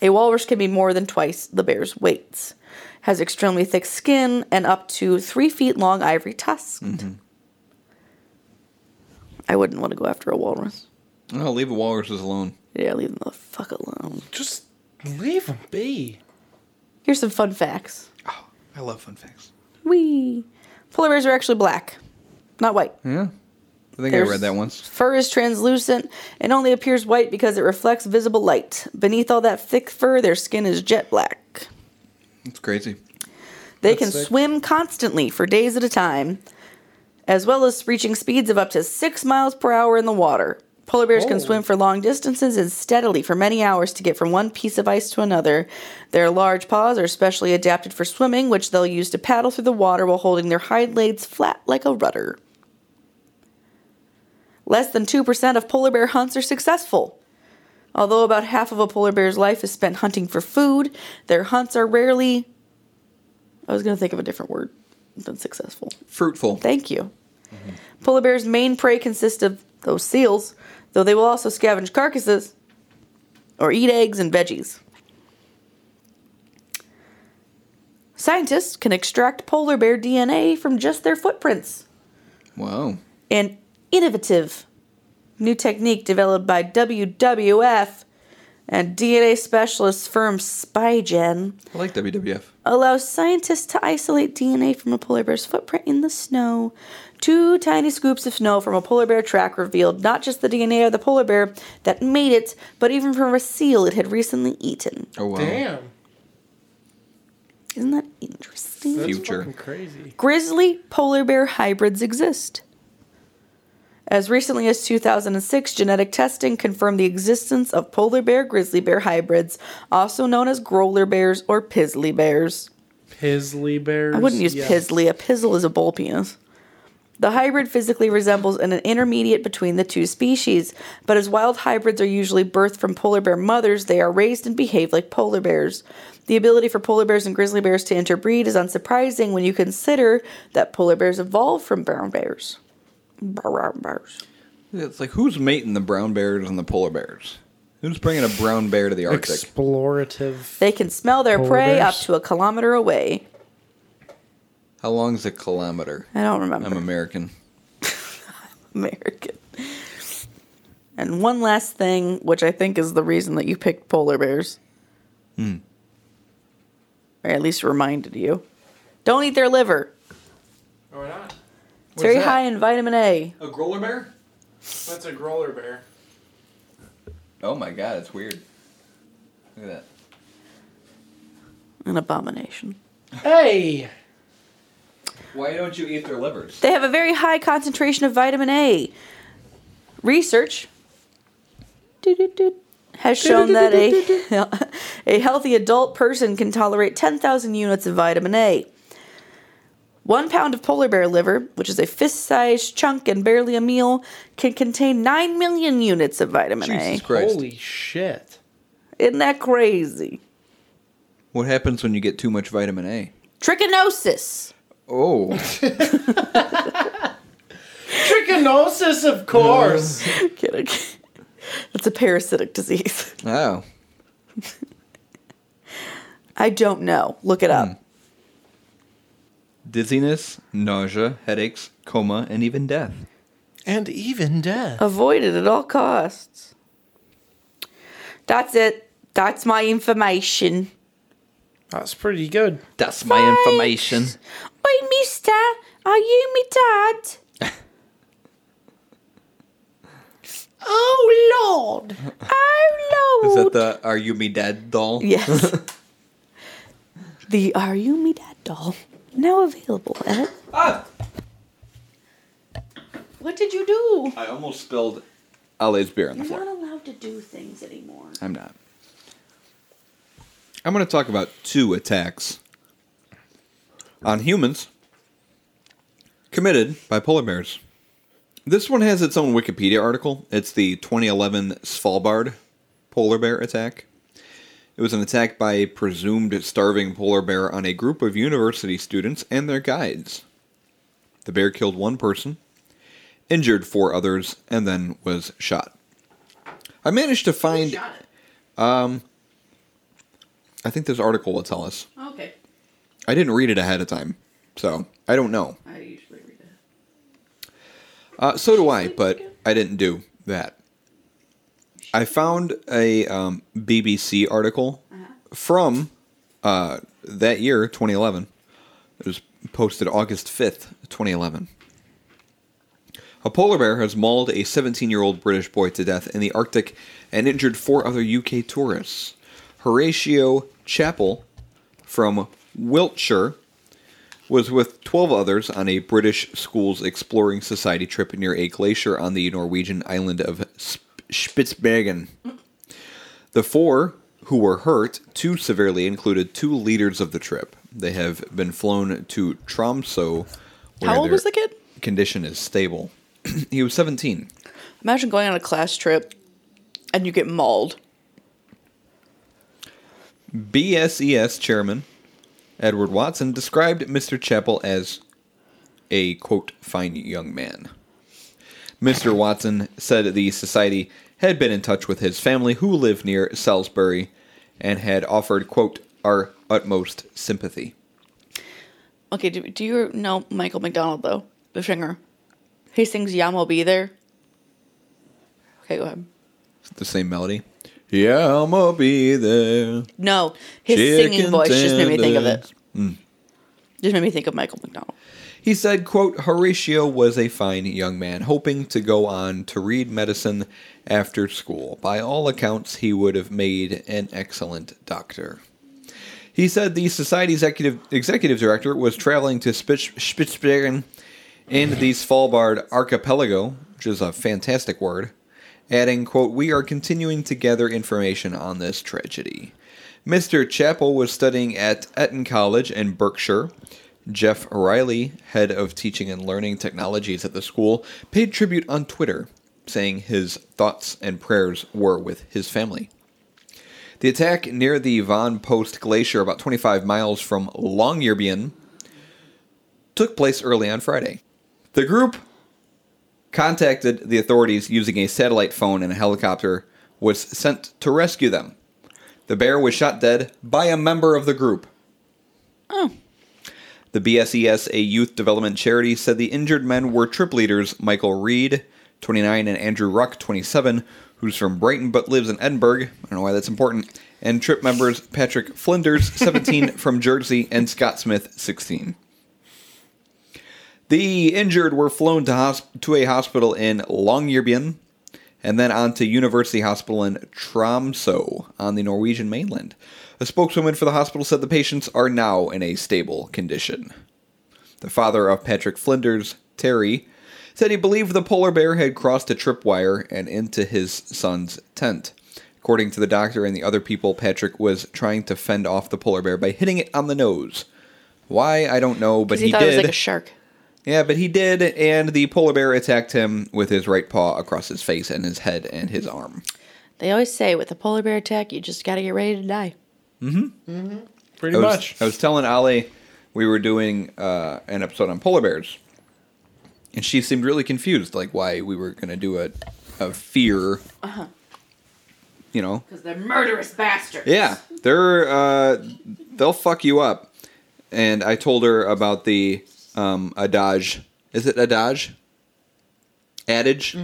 [SPEAKER 2] A walrus can be more than twice the bear's weight, has extremely thick skin, and up to three feet long ivory tusks. I wouldn't want to go after a walrus.
[SPEAKER 1] No, leave the walruses alone.
[SPEAKER 2] Yeah, leave them the fuck alone.
[SPEAKER 3] Just leave him be.
[SPEAKER 2] Here's some fun facts.
[SPEAKER 1] Oh, I love fun facts.
[SPEAKER 2] Wee. Polar bears are actually black, not white.
[SPEAKER 1] Yeah. I think I
[SPEAKER 2] There's-
[SPEAKER 1] read that once.
[SPEAKER 2] Fur is translucent and only appears white because it reflects visible light. Beneath all that thick fur, their skin is jet black.
[SPEAKER 1] It's crazy.
[SPEAKER 2] They
[SPEAKER 1] That's
[SPEAKER 2] can
[SPEAKER 1] sick.
[SPEAKER 2] swim constantly for days at a time, as well as reaching speeds of up to six miles per hour in the water. Polar bears can
[SPEAKER 4] Oh.
[SPEAKER 2] swim for long distances and steadily for many hours to get from one piece of ice to another. Their large paws are specially adapted for swimming, which they'll use to paddle through the water while holding their hind legs flat like a rudder. Less than 2% of polar bear hunts are successful. Although about half of a polar bear's life is spent hunting for food, their hunts are rarely. I was going to think of a different word than successful.
[SPEAKER 1] Fruitful.
[SPEAKER 2] Thank you. Polar bears' main prey consists of those seals, though they will also scavenge carcasses or eat eggs and veggies. Scientists can extract polar bear DNA from just their footprints
[SPEAKER 1] Wow.
[SPEAKER 2] an innovative new technique developed by WWF and DNA specialist firm Spygen
[SPEAKER 1] I like WWF.
[SPEAKER 2] allows scientists to isolate DNA from a polar bear's footprint in the snow. Two tiny scoops of snow from a polar bear track revealed not just the DNA of the polar bear that made it, but even from a seal it had recently eaten.
[SPEAKER 1] Oh, wow.
[SPEAKER 4] Damn.
[SPEAKER 2] Isn't that interesting?
[SPEAKER 4] That's
[SPEAKER 1] Future.
[SPEAKER 4] fucking crazy.
[SPEAKER 2] Grizzly polar bear hybrids exist. As recently as 2006, genetic testing confirmed the existence of polar bear grizzly bear hybrids, also known as growler bears or pizzly bears.
[SPEAKER 4] Pizzly bears.
[SPEAKER 2] I wouldn't use
[SPEAKER 4] yeah.
[SPEAKER 2] pizzly. A pizzle is a bull penis. The hybrid physically resembles an intermediate between the two species, but as wild hybrids are usually birthed from polar bear mothers, they are raised and behave like polar bears. The ability for polar bears and grizzly bears to interbreed is unsurprising when you consider that polar bears evolved from brown bears. Brown bears.
[SPEAKER 1] It's like, who's mating the brown bears and the polar bears? Who's bringing a brown bear to the Arctic?
[SPEAKER 3] Explorative.
[SPEAKER 2] They can smell their
[SPEAKER 3] Polar
[SPEAKER 2] prey
[SPEAKER 3] bears?
[SPEAKER 2] up to a kilometer away.
[SPEAKER 1] How long's a kilometer?
[SPEAKER 2] I don't remember.
[SPEAKER 1] I'm American.
[SPEAKER 2] American. And one last thing, which I think is the reason that you picked polar bears. Or at least reminded you. Don't eat their liver.
[SPEAKER 4] Or not.
[SPEAKER 2] It's very high in vitamin A.
[SPEAKER 1] A growler bear?
[SPEAKER 4] That's a growler bear.
[SPEAKER 1] Oh my god, it's weird. Look at that.
[SPEAKER 2] An abomination.
[SPEAKER 4] Hey.
[SPEAKER 1] Why don't you eat their livers?
[SPEAKER 2] They have a very high concentration of vitamin A. Research doo-doo-doo, has shown that a, a healthy adult person can tolerate 10,000 units of vitamin A. One pound of polar bear liver, which is a fist sized chunk and barely a meal, can contain 9 million units of vitamin
[SPEAKER 1] Jesus
[SPEAKER 2] A.
[SPEAKER 1] Christ.
[SPEAKER 3] Holy shit.
[SPEAKER 2] Isn't that crazy?
[SPEAKER 1] What happens when you get too much vitamin A?
[SPEAKER 2] Trichinosis.
[SPEAKER 1] Oh.
[SPEAKER 7] Trichinosis, of course.
[SPEAKER 2] Kidding. That's a parasitic disease.
[SPEAKER 1] oh.
[SPEAKER 2] I don't know. Look it up.
[SPEAKER 1] Dizziness, nausea, headaches, coma, and even death.
[SPEAKER 3] And even death.
[SPEAKER 2] Avoid it at all costs. That's it. That's my information.
[SPEAKER 3] That's pretty good.
[SPEAKER 1] That's my information.
[SPEAKER 2] Wait, mister, are you me dad?
[SPEAKER 7] Oh, Lord.
[SPEAKER 2] Oh,
[SPEAKER 1] Is
[SPEAKER 2] Lord.
[SPEAKER 1] that the Are You Me Dead doll?
[SPEAKER 2] Yes. the Are You Me Dad doll. Now available at.
[SPEAKER 1] Ah!
[SPEAKER 2] What did you do?
[SPEAKER 1] I almost spilled Ale's beer on the
[SPEAKER 2] You're
[SPEAKER 1] floor.
[SPEAKER 2] not allowed to do things anymore.
[SPEAKER 1] I'm not. I'm going to talk about two attacks on humans committed by polar bears. This one has its own Wikipedia article. It's the 2011 Svalbard polar bear attack. It was an attack by a presumed starving polar bear on a group of university students and their guides. The bear killed one person, injured four others, and then was shot. I managed to find. I think this article will tell us.
[SPEAKER 2] Okay.
[SPEAKER 1] I didn't read it ahead of time, so I don't know.
[SPEAKER 2] I usually read it.
[SPEAKER 1] Uh, so do I, but I didn't do that. I found a um, BBC article from uh, that year, 2011. It was posted August 5th, 2011. A polar bear has mauled a 17 year old British boy to death in the Arctic and injured four other UK tourists. Horatio Chapel from Wiltshire was with 12 others on a British Schools Exploring Society trip near a glacier on the Norwegian island of Sp- Spitsbergen. The four who were hurt, two severely, included two leaders of the trip. They have been flown to Tromso. where
[SPEAKER 2] How old
[SPEAKER 1] their
[SPEAKER 2] was the kid?
[SPEAKER 1] Condition is stable. he was 17.
[SPEAKER 2] Imagine going on a class trip and you get mauled.
[SPEAKER 1] BSES E chairman Edward Watson described Mr. Chappell as a quote fine young man. Mr. Watson said the society had been in touch with his family who live near Salisbury and had offered quote our utmost sympathy.
[SPEAKER 2] Okay, do, do you know Michael McDonald though? The singer. He sings Yamo Be There. Okay, go ahead.
[SPEAKER 1] It's the same melody. Yeah, I'ma be there.
[SPEAKER 2] No, his singing
[SPEAKER 1] Chicken
[SPEAKER 2] voice just made me think of it.
[SPEAKER 1] tenders.
[SPEAKER 2] Just made me think of Michael McDonald.
[SPEAKER 1] He said, quote, Horatio was a fine young man, hoping to go on to read medicine after school. By all accounts, he would have made an excellent doctor. He said the society's executive, executive director was traveling to Spitz, Spitzbergen in the Svalbard archipelago, which is a fantastic word, adding, quote, We are continuing to gather information on this tragedy. Mr. Chappell was studying at Eton College in Berkshire. Jeff Riley, head of teaching and learning technologies at the school, paid tribute on Twitter, saying his thoughts and prayers were with his family. The attack near the Von Post Glacier, about 25 miles from Longyearbyen, took place early on Friday. The group contacted the authorities using a satellite phone and a helicopter was sent to rescue them. The bear was shot dead by a member of the group.
[SPEAKER 2] Oh.
[SPEAKER 1] The BSES, a youth development charity, said the injured men were trip leaders Michael Reed, 29, and Andrew Ruck, 27, who's from Brighton but lives in Edinburgh. I don't know why that's important. And trip members Patrick Flinders, 17, from Jersey, and Scott Smith, 16. The injured were flown to, hosp- to a hospital in Longyearbyen and then on to University Hospital in Tromsø on the Norwegian mainland. A spokeswoman for the hospital said the patients are now in a stable condition. The father of Patrick Flinders, Terry, said he believed the polar bear had crossed a tripwire and into his son's tent. According to the doctor and the other people, Patrick was trying to fend off the polar bear by hitting it on the nose. Why, I don't know, but
[SPEAKER 2] Because he,
[SPEAKER 1] he,
[SPEAKER 2] thought
[SPEAKER 1] did.
[SPEAKER 2] it was like a shark.
[SPEAKER 1] Yeah, but he did, and the polar bear attacked him with his right paw across his face and his head and his arm.
[SPEAKER 2] They always say with a polar bear attack, you just got to get ready to die.
[SPEAKER 3] Pretty
[SPEAKER 1] I was,
[SPEAKER 3] much.
[SPEAKER 1] I was telling Ali we were doing uh, an episode on polar bears, and she seemed really confused, like why we were going to do a, a fear.
[SPEAKER 3] Uh-huh.
[SPEAKER 1] You know,
[SPEAKER 8] Because they're murderous bastards.
[SPEAKER 1] Yeah, they're uh, they'll fuck you up. And I told her about the um, adage. Is it adage? Adage.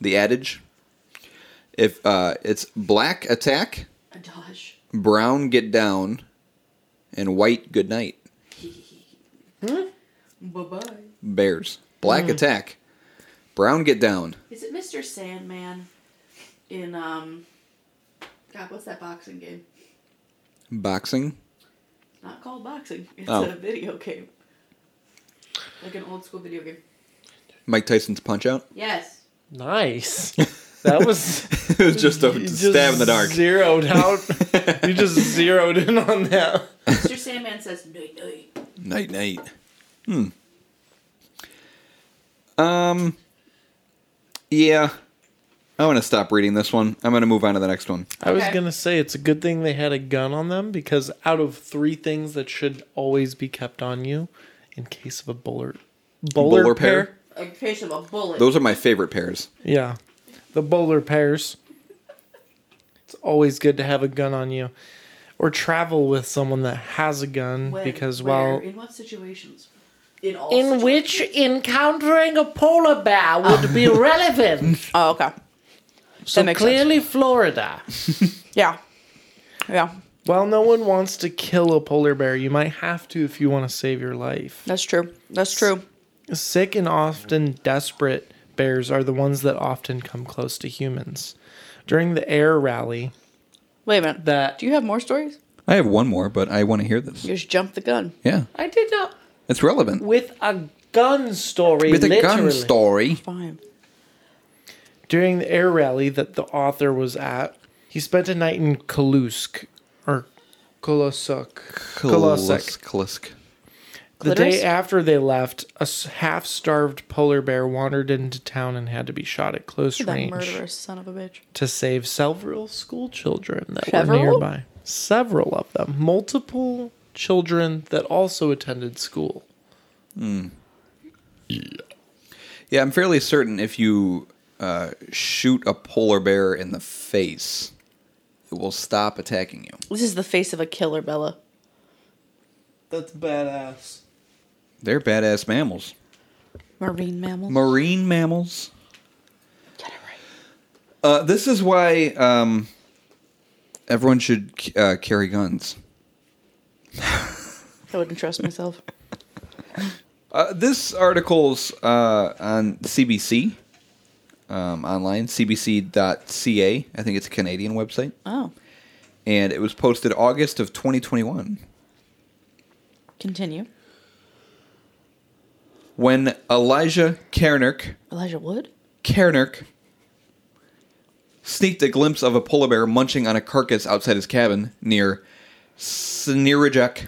[SPEAKER 1] The adage. If uh, it's black attack,
[SPEAKER 8] A dodge.
[SPEAKER 1] brown get down, and white good night.
[SPEAKER 8] Bye bye.
[SPEAKER 1] Bears. Black attack, brown get down.
[SPEAKER 8] Is it Mr. Sandman in, um. God, what's that boxing game?
[SPEAKER 1] Boxing.
[SPEAKER 8] Not called boxing. It's
[SPEAKER 1] Oh.
[SPEAKER 8] a video game. Like an old school video game.
[SPEAKER 1] Mike Tyson's punch out.
[SPEAKER 8] Yes.
[SPEAKER 3] nice. That was
[SPEAKER 1] it was just a
[SPEAKER 3] you just
[SPEAKER 1] stab in the dark.
[SPEAKER 3] Zeroed out. you just zeroed in on that.
[SPEAKER 8] Mr. Sandman says, night night.
[SPEAKER 1] Night night. Hmm. Um. Yeah. I'm gonna stop reading this one. I'm gonna move on to the next one.
[SPEAKER 3] I was
[SPEAKER 8] Okay.
[SPEAKER 3] gonna say it's a good thing they had a gun on them because out of three things that should always be kept on you, in case of a bullard, bullard,
[SPEAKER 1] Bowler
[SPEAKER 3] pair?
[SPEAKER 1] pair?
[SPEAKER 8] In case of a bullet.
[SPEAKER 1] Those are my favorite pairs.
[SPEAKER 3] yeah, the bowler pairs. It's always good to have a gun on you, or travel with someone that has a gun
[SPEAKER 8] When,
[SPEAKER 3] because
[SPEAKER 8] where,
[SPEAKER 3] while
[SPEAKER 8] in what situations? In all
[SPEAKER 7] In which encountering a polar bear would be relevant.
[SPEAKER 2] Oh, okay.
[SPEAKER 7] so
[SPEAKER 2] makes sense.
[SPEAKER 7] clearly, Florida.
[SPEAKER 2] Yeah. Yeah.
[SPEAKER 3] While no one wants to kill a polar bear, you might have to if you want to save your life.
[SPEAKER 2] That's true. That's true.
[SPEAKER 3] Sick and often desperate bears are the ones that often come close to humans. During the air rally,
[SPEAKER 2] Wait a minute.
[SPEAKER 3] That-
[SPEAKER 2] Do you have more stories?
[SPEAKER 1] I have one more, but I want to hear this.
[SPEAKER 2] You just jumped the gun.
[SPEAKER 1] Yeah,
[SPEAKER 7] I did not
[SPEAKER 1] it's relevant.
[SPEAKER 7] with a gun story.
[SPEAKER 1] With a gun
[SPEAKER 7] literally.
[SPEAKER 1] story.
[SPEAKER 2] Fine.
[SPEAKER 3] during the air rally that the author was at, he spent a night in Kalusk or Kolosuk. Kolosuk.
[SPEAKER 1] Klusk.
[SPEAKER 3] The
[SPEAKER 2] Clitoris?
[SPEAKER 3] day after they left, a s- half-starved polar bear wandered into town and had to be shot at close
[SPEAKER 2] Look at that
[SPEAKER 3] range.
[SPEAKER 2] murderous son of a bitch.
[SPEAKER 3] to save several school children that
[SPEAKER 2] Several?
[SPEAKER 3] were nearby. Several of them. Multiple children that also attended school.
[SPEAKER 1] Yeah, I'm fairly certain if you uh, shoot a polar bear in the face, it will stop attacking you.
[SPEAKER 2] This is the face of a killer, Bella.
[SPEAKER 4] That's badass.
[SPEAKER 1] They're badass mammals.
[SPEAKER 2] Marine mammal.
[SPEAKER 1] Marine mammals. Uh, this is why um, everyone should c- uh, carry guns.
[SPEAKER 2] I wouldn't trust myself.
[SPEAKER 1] Uh, this article's uh, on CBC um, online, cbc.ca. I think it's a Canadian website.
[SPEAKER 2] Oh,
[SPEAKER 1] And it was posted August of 2021.
[SPEAKER 2] continue.
[SPEAKER 1] when Elijah Kernick,
[SPEAKER 2] Elijah Wood.
[SPEAKER 1] Kernick sneaked a glimpse of a polar bear munching on a carcass outside his cabin near Sneerijek.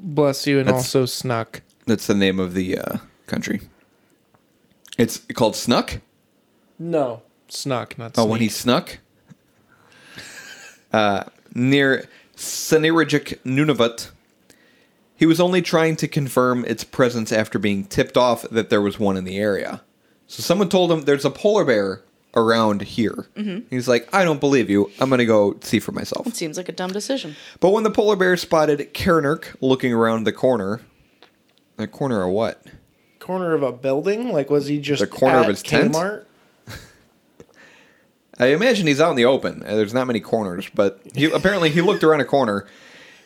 [SPEAKER 3] Bless you, and
[SPEAKER 1] That's-
[SPEAKER 3] also snuck.
[SPEAKER 1] That's the name of the uh, country. It's called Snuck.
[SPEAKER 3] No. Snuck, not
[SPEAKER 1] Oh,
[SPEAKER 3] sneak.
[SPEAKER 1] when he snuck? Uh, near Sneerijik, Nunavut. He was only trying to confirm its presence after being tipped off that there was one in the area. So someone told him there's a polar bear around here. He's like, I don't believe you. I'm going to go see for myself.
[SPEAKER 2] Seems like a dumb decision.
[SPEAKER 1] But when the polar bear spotted Kernerk looking around the corner, the corner of what?
[SPEAKER 3] corner of a building? Like, was he just
[SPEAKER 1] The corner of
[SPEAKER 3] at
[SPEAKER 1] his tent?
[SPEAKER 3] Kmart?
[SPEAKER 1] I imagine he's out in the open. and There's not many corners, but he, apparently he looked around a corner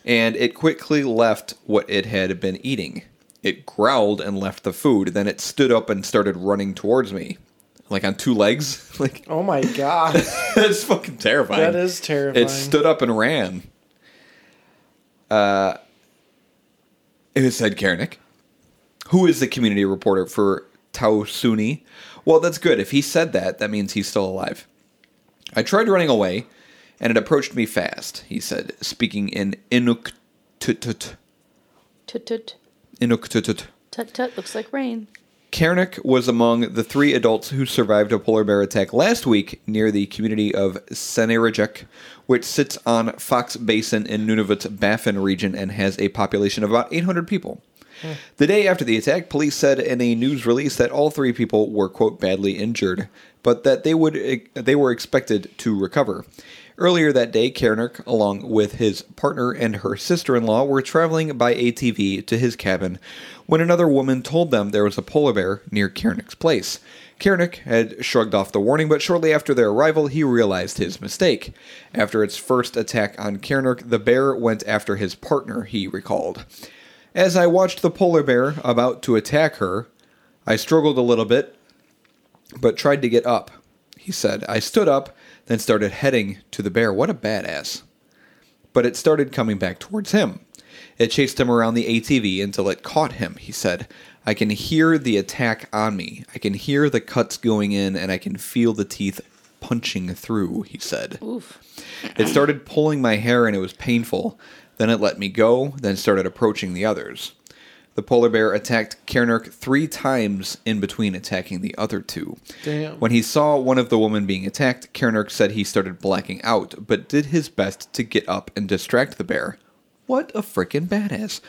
[SPEAKER 1] and it quickly left what it had been eating. It growled and left the food. Then it stood up and started running towards me, like on two legs. Like,
[SPEAKER 3] Oh my god,
[SPEAKER 1] that's fucking terrifying.
[SPEAKER 3] that is terrifying.
[SPEAKER 1] It stood up and ran. Uh, it was said Kernick, who is the community reporter for Taosuni. Well, that's good. If he said that, that means he's still alive. I tried running away, and it approached me fast. He said, speaking in Inuktitut.
[SPEAKER 2] Tut tut
[SPEAKER 1] Inuktitut.
[SPEAKER 2] tut tut. Looks like rain.
[SPEAKER 1] Kernick was among the three adults who survived a polar bear attack last week near the community of Senerijek, which sits on Fox Basin in Nunavut's Baffin region and has a population of about 800 people. The day after the attack, police said in a news release that all three people were quote badly injured, but that they would they were expected to recover. Earlier that day, Kernick, along with his partner and her sister-in-law, were traveling by ATV to his cabin when another woman told them there was a polar bear near Kernick's place. Kernick had shrugged off the warning, but shortly after their arrival, he realized his mistake. After its first attack on Kernick, the bear went after his partner, he recalled. As I watched the polar bear about to attack her, I struggled a little bit, but tried to get up. He said, I stood up, then started heading to the bear. What a badass. But it started coming back towards him. It chased him around the ATV until it caught him, he said. I can hear the attack on me. I can hear the cuts going in, and I can feel the teeth punching through, he said.
[SPEAKER 2] Oof.
[SPEAKER 1] It started pulling my hair and it was painful. Then it let me go, then started approaching the others. The polar bear attacked Kernerk three times in between attacking the other two.
[SPEAKER 3] Damn.
[SPEAKER 1] When he saw one of the women being attacked, Kernerk said he started blacking out, but did his best to get up and distract the bear. What a freaking badass.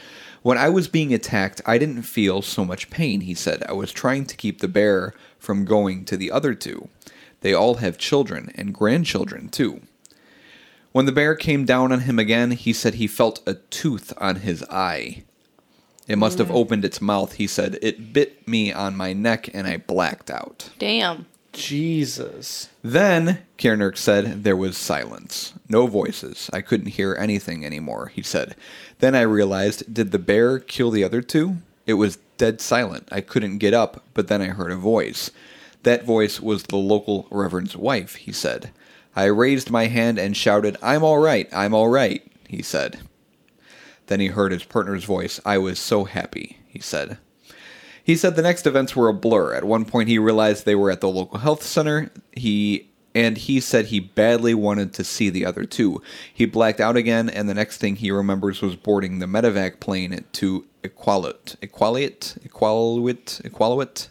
[SPEAKER 1] When I was being attacked, I didn't feel so much pain, he said. I was trying to keep the bear from going to the other two. They all have children and grandchildren, too. When the bear came down on him again, he said he felt a tooth on his eye. It must have opened its mouth, he said. It bit me on my neck and I blacked out.
[SPEAKER 2] Damn.
[SPEAKER 3] Jesus.
[SPEAKER 1] Then, Kiernirk said, there was silence. No voices. I couldn't hear anything anymore, he said. Then I realized, did the bear kill the other two? It was dead silent. I couldn't get up, but then I heard a voice. That voice was the local reverend's wife, he said. I raised my hand and shouted, I'm all right, I'm all right, he said. Then he heard his partner's voice. I was so happy, he said. He said the next events were a blur. At one point, he realized they were at the local health center. He and he said he badly wanted to see the other two. He blacked out again, and the next thing he remembers was boarding the medevac plane to Equalut, Equalit, Equaluit, Equaluit.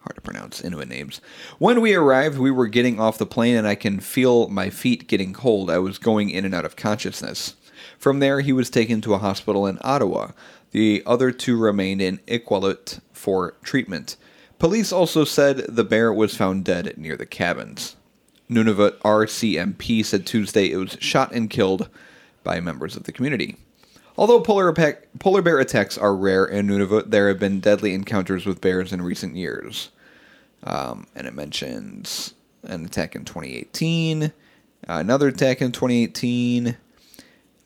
[SPEAKER 1] Hard to pronounce Inuit names. When we arrived, we were getting off the plane, and I can feel my feet getting cold. I was going in and out of consciousness. From there, he was taken to a hospital in Ottawa. The other two remained in Iqaluit for treatment. Police also said the bear was found dead near the cabins. Nunavut RCMP said Tuesday it was shot and killed by members of the community. Although polar, apac- polar bear attacks are rare in Nunavut, there have been deadly encounters with bears in recent years. Um, and it mentions an attack in 2018, another attack in 2018.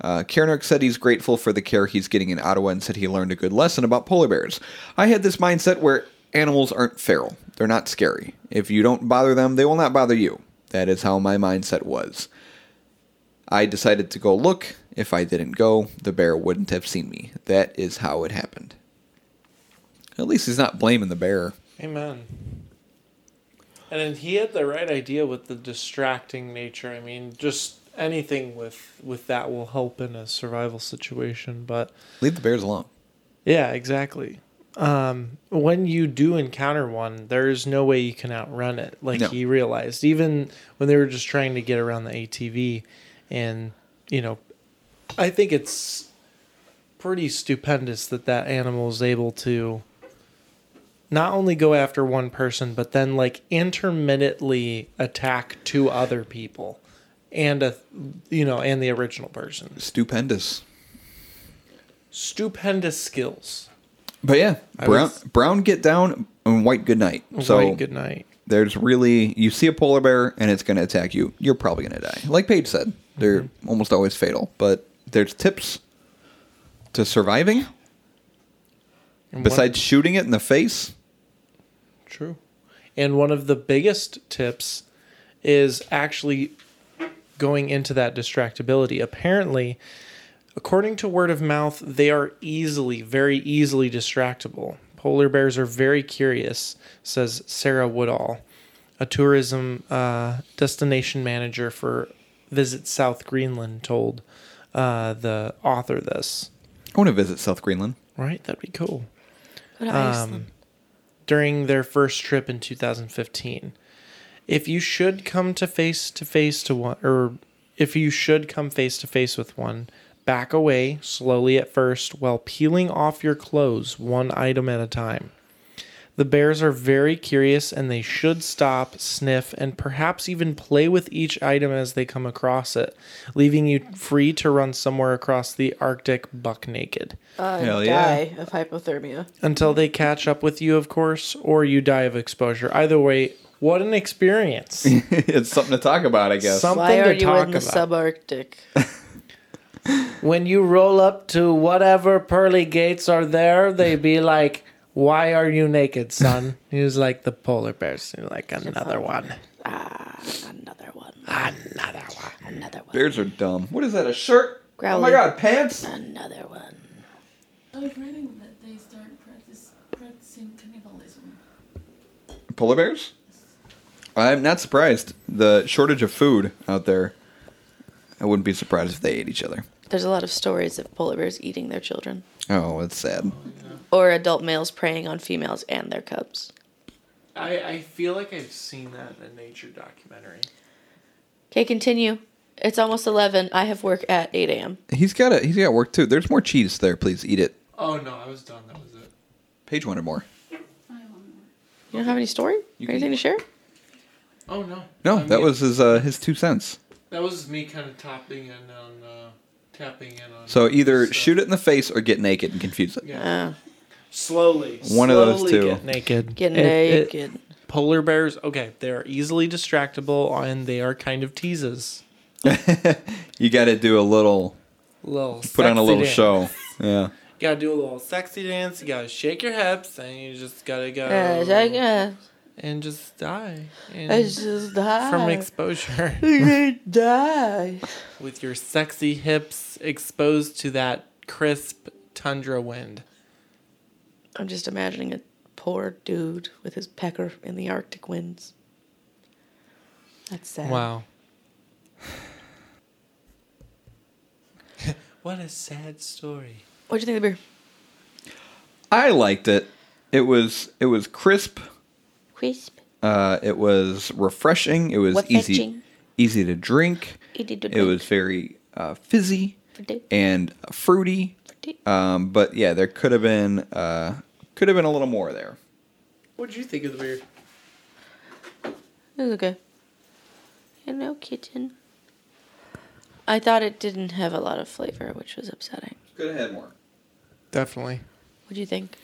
[SPEAKER 1] Uh, Kiernark said he's grateful for the care he's getting in Ottawa and said he learned a good lesson about polar bears. I had this mindset where animals aren't feral, they're not scary. If you don't bother them, they will not bother you. That is how my mindset was. I decided to go look. If I didn't go, the bear wouldn't have seen me. That is how it happened. At least he's not blaming the bear.
[SPEAKER 3] Amen. And then he had the right idea with the distracting nature. I mean, just anything with with that will help in a survival situation, but
[SPEAKER 1] Leave the bears alone.
[SPEAKER 3] yeah, exactly. Um, when you do encounter one, there is no way you can outrun it. Like
[SPEAKER 1] No.
[SPEAKER 3] he realized, even when they were just trying to get around the ATV, and you know, I think it's pretty stupendous that that animal is able to not only go after one person, but then like intermittently attack two other people, and a you know, and the original person.
[SPEAKER 1] Stupendous.
[SPEAKER 3] Stupendous skills.
[SPEAKER 1] But yeah, brown,
[SPEAKER 3] was-
[SPEAKER 1] brown get down and white good night. So
[SPEAKER 3] So good night.
[SPEAKER 1] there's really you see a polar bear and it's going to attack you you're probably going to die like paige said they're
[SPEAKER 3] Mm-hmm.
[SPEAKER 1] almost always fatal but there's tips to surviving
[SPEAKER 3] And one-
[SPEAKER 1] besides shooting it in the face
[SPEAKER 3] True. And one of the biggest tips is actually going into that distractibility. Apparently, according to word of mouth, they are easily, very easily distractible. Polar bears are very curious, says Sarah Woodall, a tourism uh, destination manager for Visit South Greenland, told uh, the author this.
[SPEAKER 1] i want to visit south greenland
[SPEAKER 3] Right? That'd be cool
[SPEAKER 2] Go
[SPEAKER 3] Um,
[SPEAKER 2] to Iceland.
[SPEAKER 3] during their first trip in 2015. If you should come to face to face to one, or if you should come face to face with one, back away slowly at first while peeling off your clothes one item at a time. The bears are very curious and they should stop, sniff, and perhaps even play with each item as they come across it, leaving you free to run somewhere across the Arctic buck naked
[SPEAKER 1] hell
[SPEAKER 2] Uh, Die of hypothermia.
[SPEAKER 3] until they catch up with you, of course, or you die of exposure. Either way, what an experience!
[SPEAKER 1] it's something to talk about i guess
[SPEAKER 3] Some-
[SPEAKER 2] Why
[SPEAKER 3] Something to
[SPEAKER 2] are you
[SPEAKER 3] talk
[SPEAKER 2] in the
[SPEAKER 3] about.
[SPEAKER 2] subarctic?
[SPEAKER 7] When you roll up to whatever pearly gates are there, they be like,
[SPEAKER 3] Why are you naked, son? he was like the polar bears. He was like another one,
[SPEAKER 2] Another one.
[SPEAKER 3] another one.
[SPEAKER 2] Another one.
[SPEAKER 1] bears are dumb what is that a shirt oh my
[SPEAKER 2] Growly.
[SPEAKER 1] god pants
[SPEAKER 2] Another one.
[SPEAKER 8] I was reading that they start practice, practicing cannibalism.
[SPEAKER 1] polar bears i'm not surprised the shortage of food out there i wouldn't be surprised if they ate each other
[SPEAKER 2] There's a lot of stories of polar bears eating their children,
[SPEAKER 1] oh that's sad
[SPEAKER 2] or adult males preying on females and their cubs.
[SPEAKER 3] I, I feel like I've seen that in a nature documentary.
[SPEAKER 2] Okay, continue. It's almost 11. I have work at 8 a.m.
[SPEAKER 1] he's got a he's got work too there's more cheese there please eat it
[SPEAKER 3] Oh no, I was done. That was it.
[SPEAKER 1] paige wanted more
[SPEAKER 8] I want more.
[SPEAKER 2] You don't have any story?
[SPEAKER 1] You can-
[SPEAKER 2] Anything to share?
[SPEAKER 3] Oh no.
[SPEAKER 1] No, that was his uh, his two cents.
[SPEAKER 3] that was me kind of topping in on uh, tapping in on.
[SPEAKER 1] So either shoot it in the face or get naked and confuse it.
[SPEAKER 3] Yeah.
[SPEAKER 2] Uh,
[SPEAKER 3] slowly.
[SPEAKER 1] One of those
[SPEAKER 3] slowly
[SPEAKER 1] two.
[SPEAKER 3] Get naked.
[SPEAKER 2] get
[SPEAKER 3] It- it-
[SPEAKER 2] naked.
[SPEAKER 3] Polar bears, okay, they are easily distractible and they are kind of teases.
[SPEAKER 1] You got to do a little,
[SPEAKER 3] Little
[SPEAKER 1] put on a
[SPEAKER 3] sexy
[SPEAKER 1] little
[SPEAKER 3] dance.
[SPEAKER 1] show. Yeah.
[SPEAKER 3] You gotta do a little sexy dance. You gotta shake your hips, and you just gotta go
[SPEAKER 2] Uh, I guess
[SPEAKER 3] and just die and
[SPEAKER 2] I just die.
[SPEAKER 3] from exposure
[SPEAKER 2] I die.
[SPEAKER 3] with your sexy hips exposed to that crisp tundra wind.
[SPEAKER 2] I'm just imagining a poor dude with his pecker in the Arctic winds. That's sad.
[SPEAKER 3] Wow. what a sad story.
[SPEAKER 2] What do you think of the beer?
[SPEAKER 1] I liked it. It was it was crisp.
[SPEAKER 2] Crisp.
[SPEAKER 1] Uh, it was refreshing. It was easy
[SPEAKER 2] Refreshing.
[SPEAKER 1] easy to drink.
[SPEAKER 2] Easy to
[SPEAKER 1] It
[SPEAKER 2] drink.
[SPEAKER 1] was very uh, fizzy
[SPEAKER 2] Fruity.
[SPEAKER 1] and fruity.
[SPEAKER 2] Fruity.
[SPEAKER 1] Um, but yeah, there could have been uh, could have been a little more there.
[SPEAKER 3] What did you think of the beer?
[SPEAKER 2] It was okay. Hello, kitten. I thought it didn't have a lot of flavor, which was upsetting.
[SPEAKER 1] Could have had more.
[SPEAKER 3] Definitely.
[SPEAKER 2] What do you think?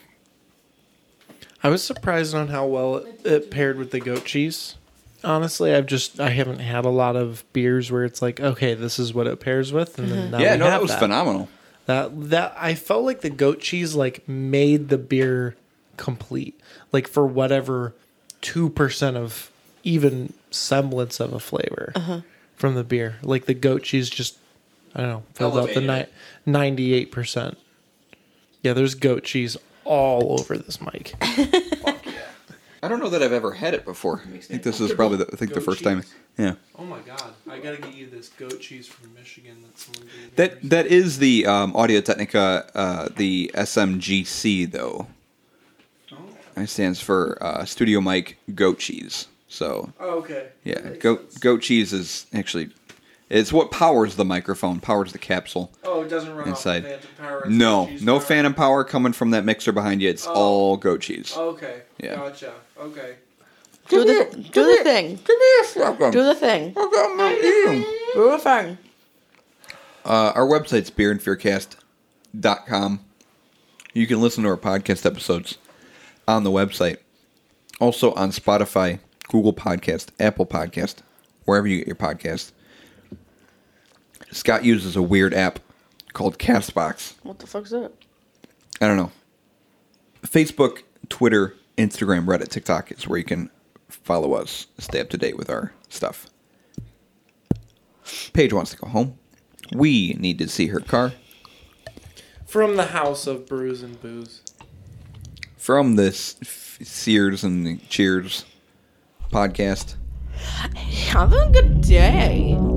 [SPEAKER 3] I was surprised on how well it, it paired with the goat cheese. Honestly, I've just I haven't had a lot of beers where it's like, okay, this is what it pairs with, and then now
[SPEAKER 1] yeah,
[SPEAKER 3] Uh, we
[SPEAKER 1] no,
[SPEAKER 3] have
[SPEAKER 1] that was phenomenal.
[SPEAKER 3] That that I felt like the goat cheese like made the beer complete, like for whatever two percent of even semblance of a flavor from the beer. Like the goat cheese just I don't know filled out the ninety eight percent. Yeah, there's goat cheese all over this mic.
[SPEAKER 1] I don't know that I've ever had it before. I think this is probably the, I think the
[SPEAKER 3] Goat
[SPEAKER 1] first time.
[SPEAKER 3] cheese.
[SPEAKER 1] Yeah.
[SPEAKER 3] Oh my god! I gotta get you this goat cheese from Michigan. That someone gave me.
[SPEAKER 1] That that is the um, Audio Technica, uh, the SMGC though. Oh. It stands for uh, Studio Mic Goat Cheese. So
[SPEAKER 3] Oh, okay.
[SPEAKER 1] yeah, goat goat cheese is actually it's what powers the microphone, powers the capsule.
[SPEAKER 3] Oh, it doesn't run
[SPEAKER 1] Inside.
[SPEAKER 3] off phantom power. it's
[SPEAKER 1] No,
[SPEAKER 3] goat cheese Oh.
[SPEAKER 1] no
[SPEAKER 3] power.
[SPEAKER 1] phantom power coming from that mixer behind you. It's all goat cheese.
[SPEAKER 3] Okay.
[SPEAKER 1] Yeah.
[SPEAKER 3] Gotcha. Okay.
[SPEAKER 2] Do the do the thing.
[SPEAKER 1] Give me a second.
[SPEAKER 2] Do the thing.
[SPEAKER 1] I got my eating.
[SPEAKER 2] Do the thing.
[SPEAKER 1] Uh, our website's beerandfearcast.com. You can listen to our podcast episodes on the website. Also on Spotify, Google Podcast, Apple Podcast, wherever you get your podcast. Scott uses a weird app called Castbox.
[SPEAKER 2] What the fuck's that?
[SPEAKER 1] I don't know. Facebook, Twitter, Instagram, Reddit, TikTok is where you can follow us, stay up to date with our stuff. Paige wants to go home. We need to see her car
[SPEAKER 3] From the house of brews and booze.
[SPEAKER 1] from this F- Sears and Cheers podcast.
[SPEAKER 2] Have a good day.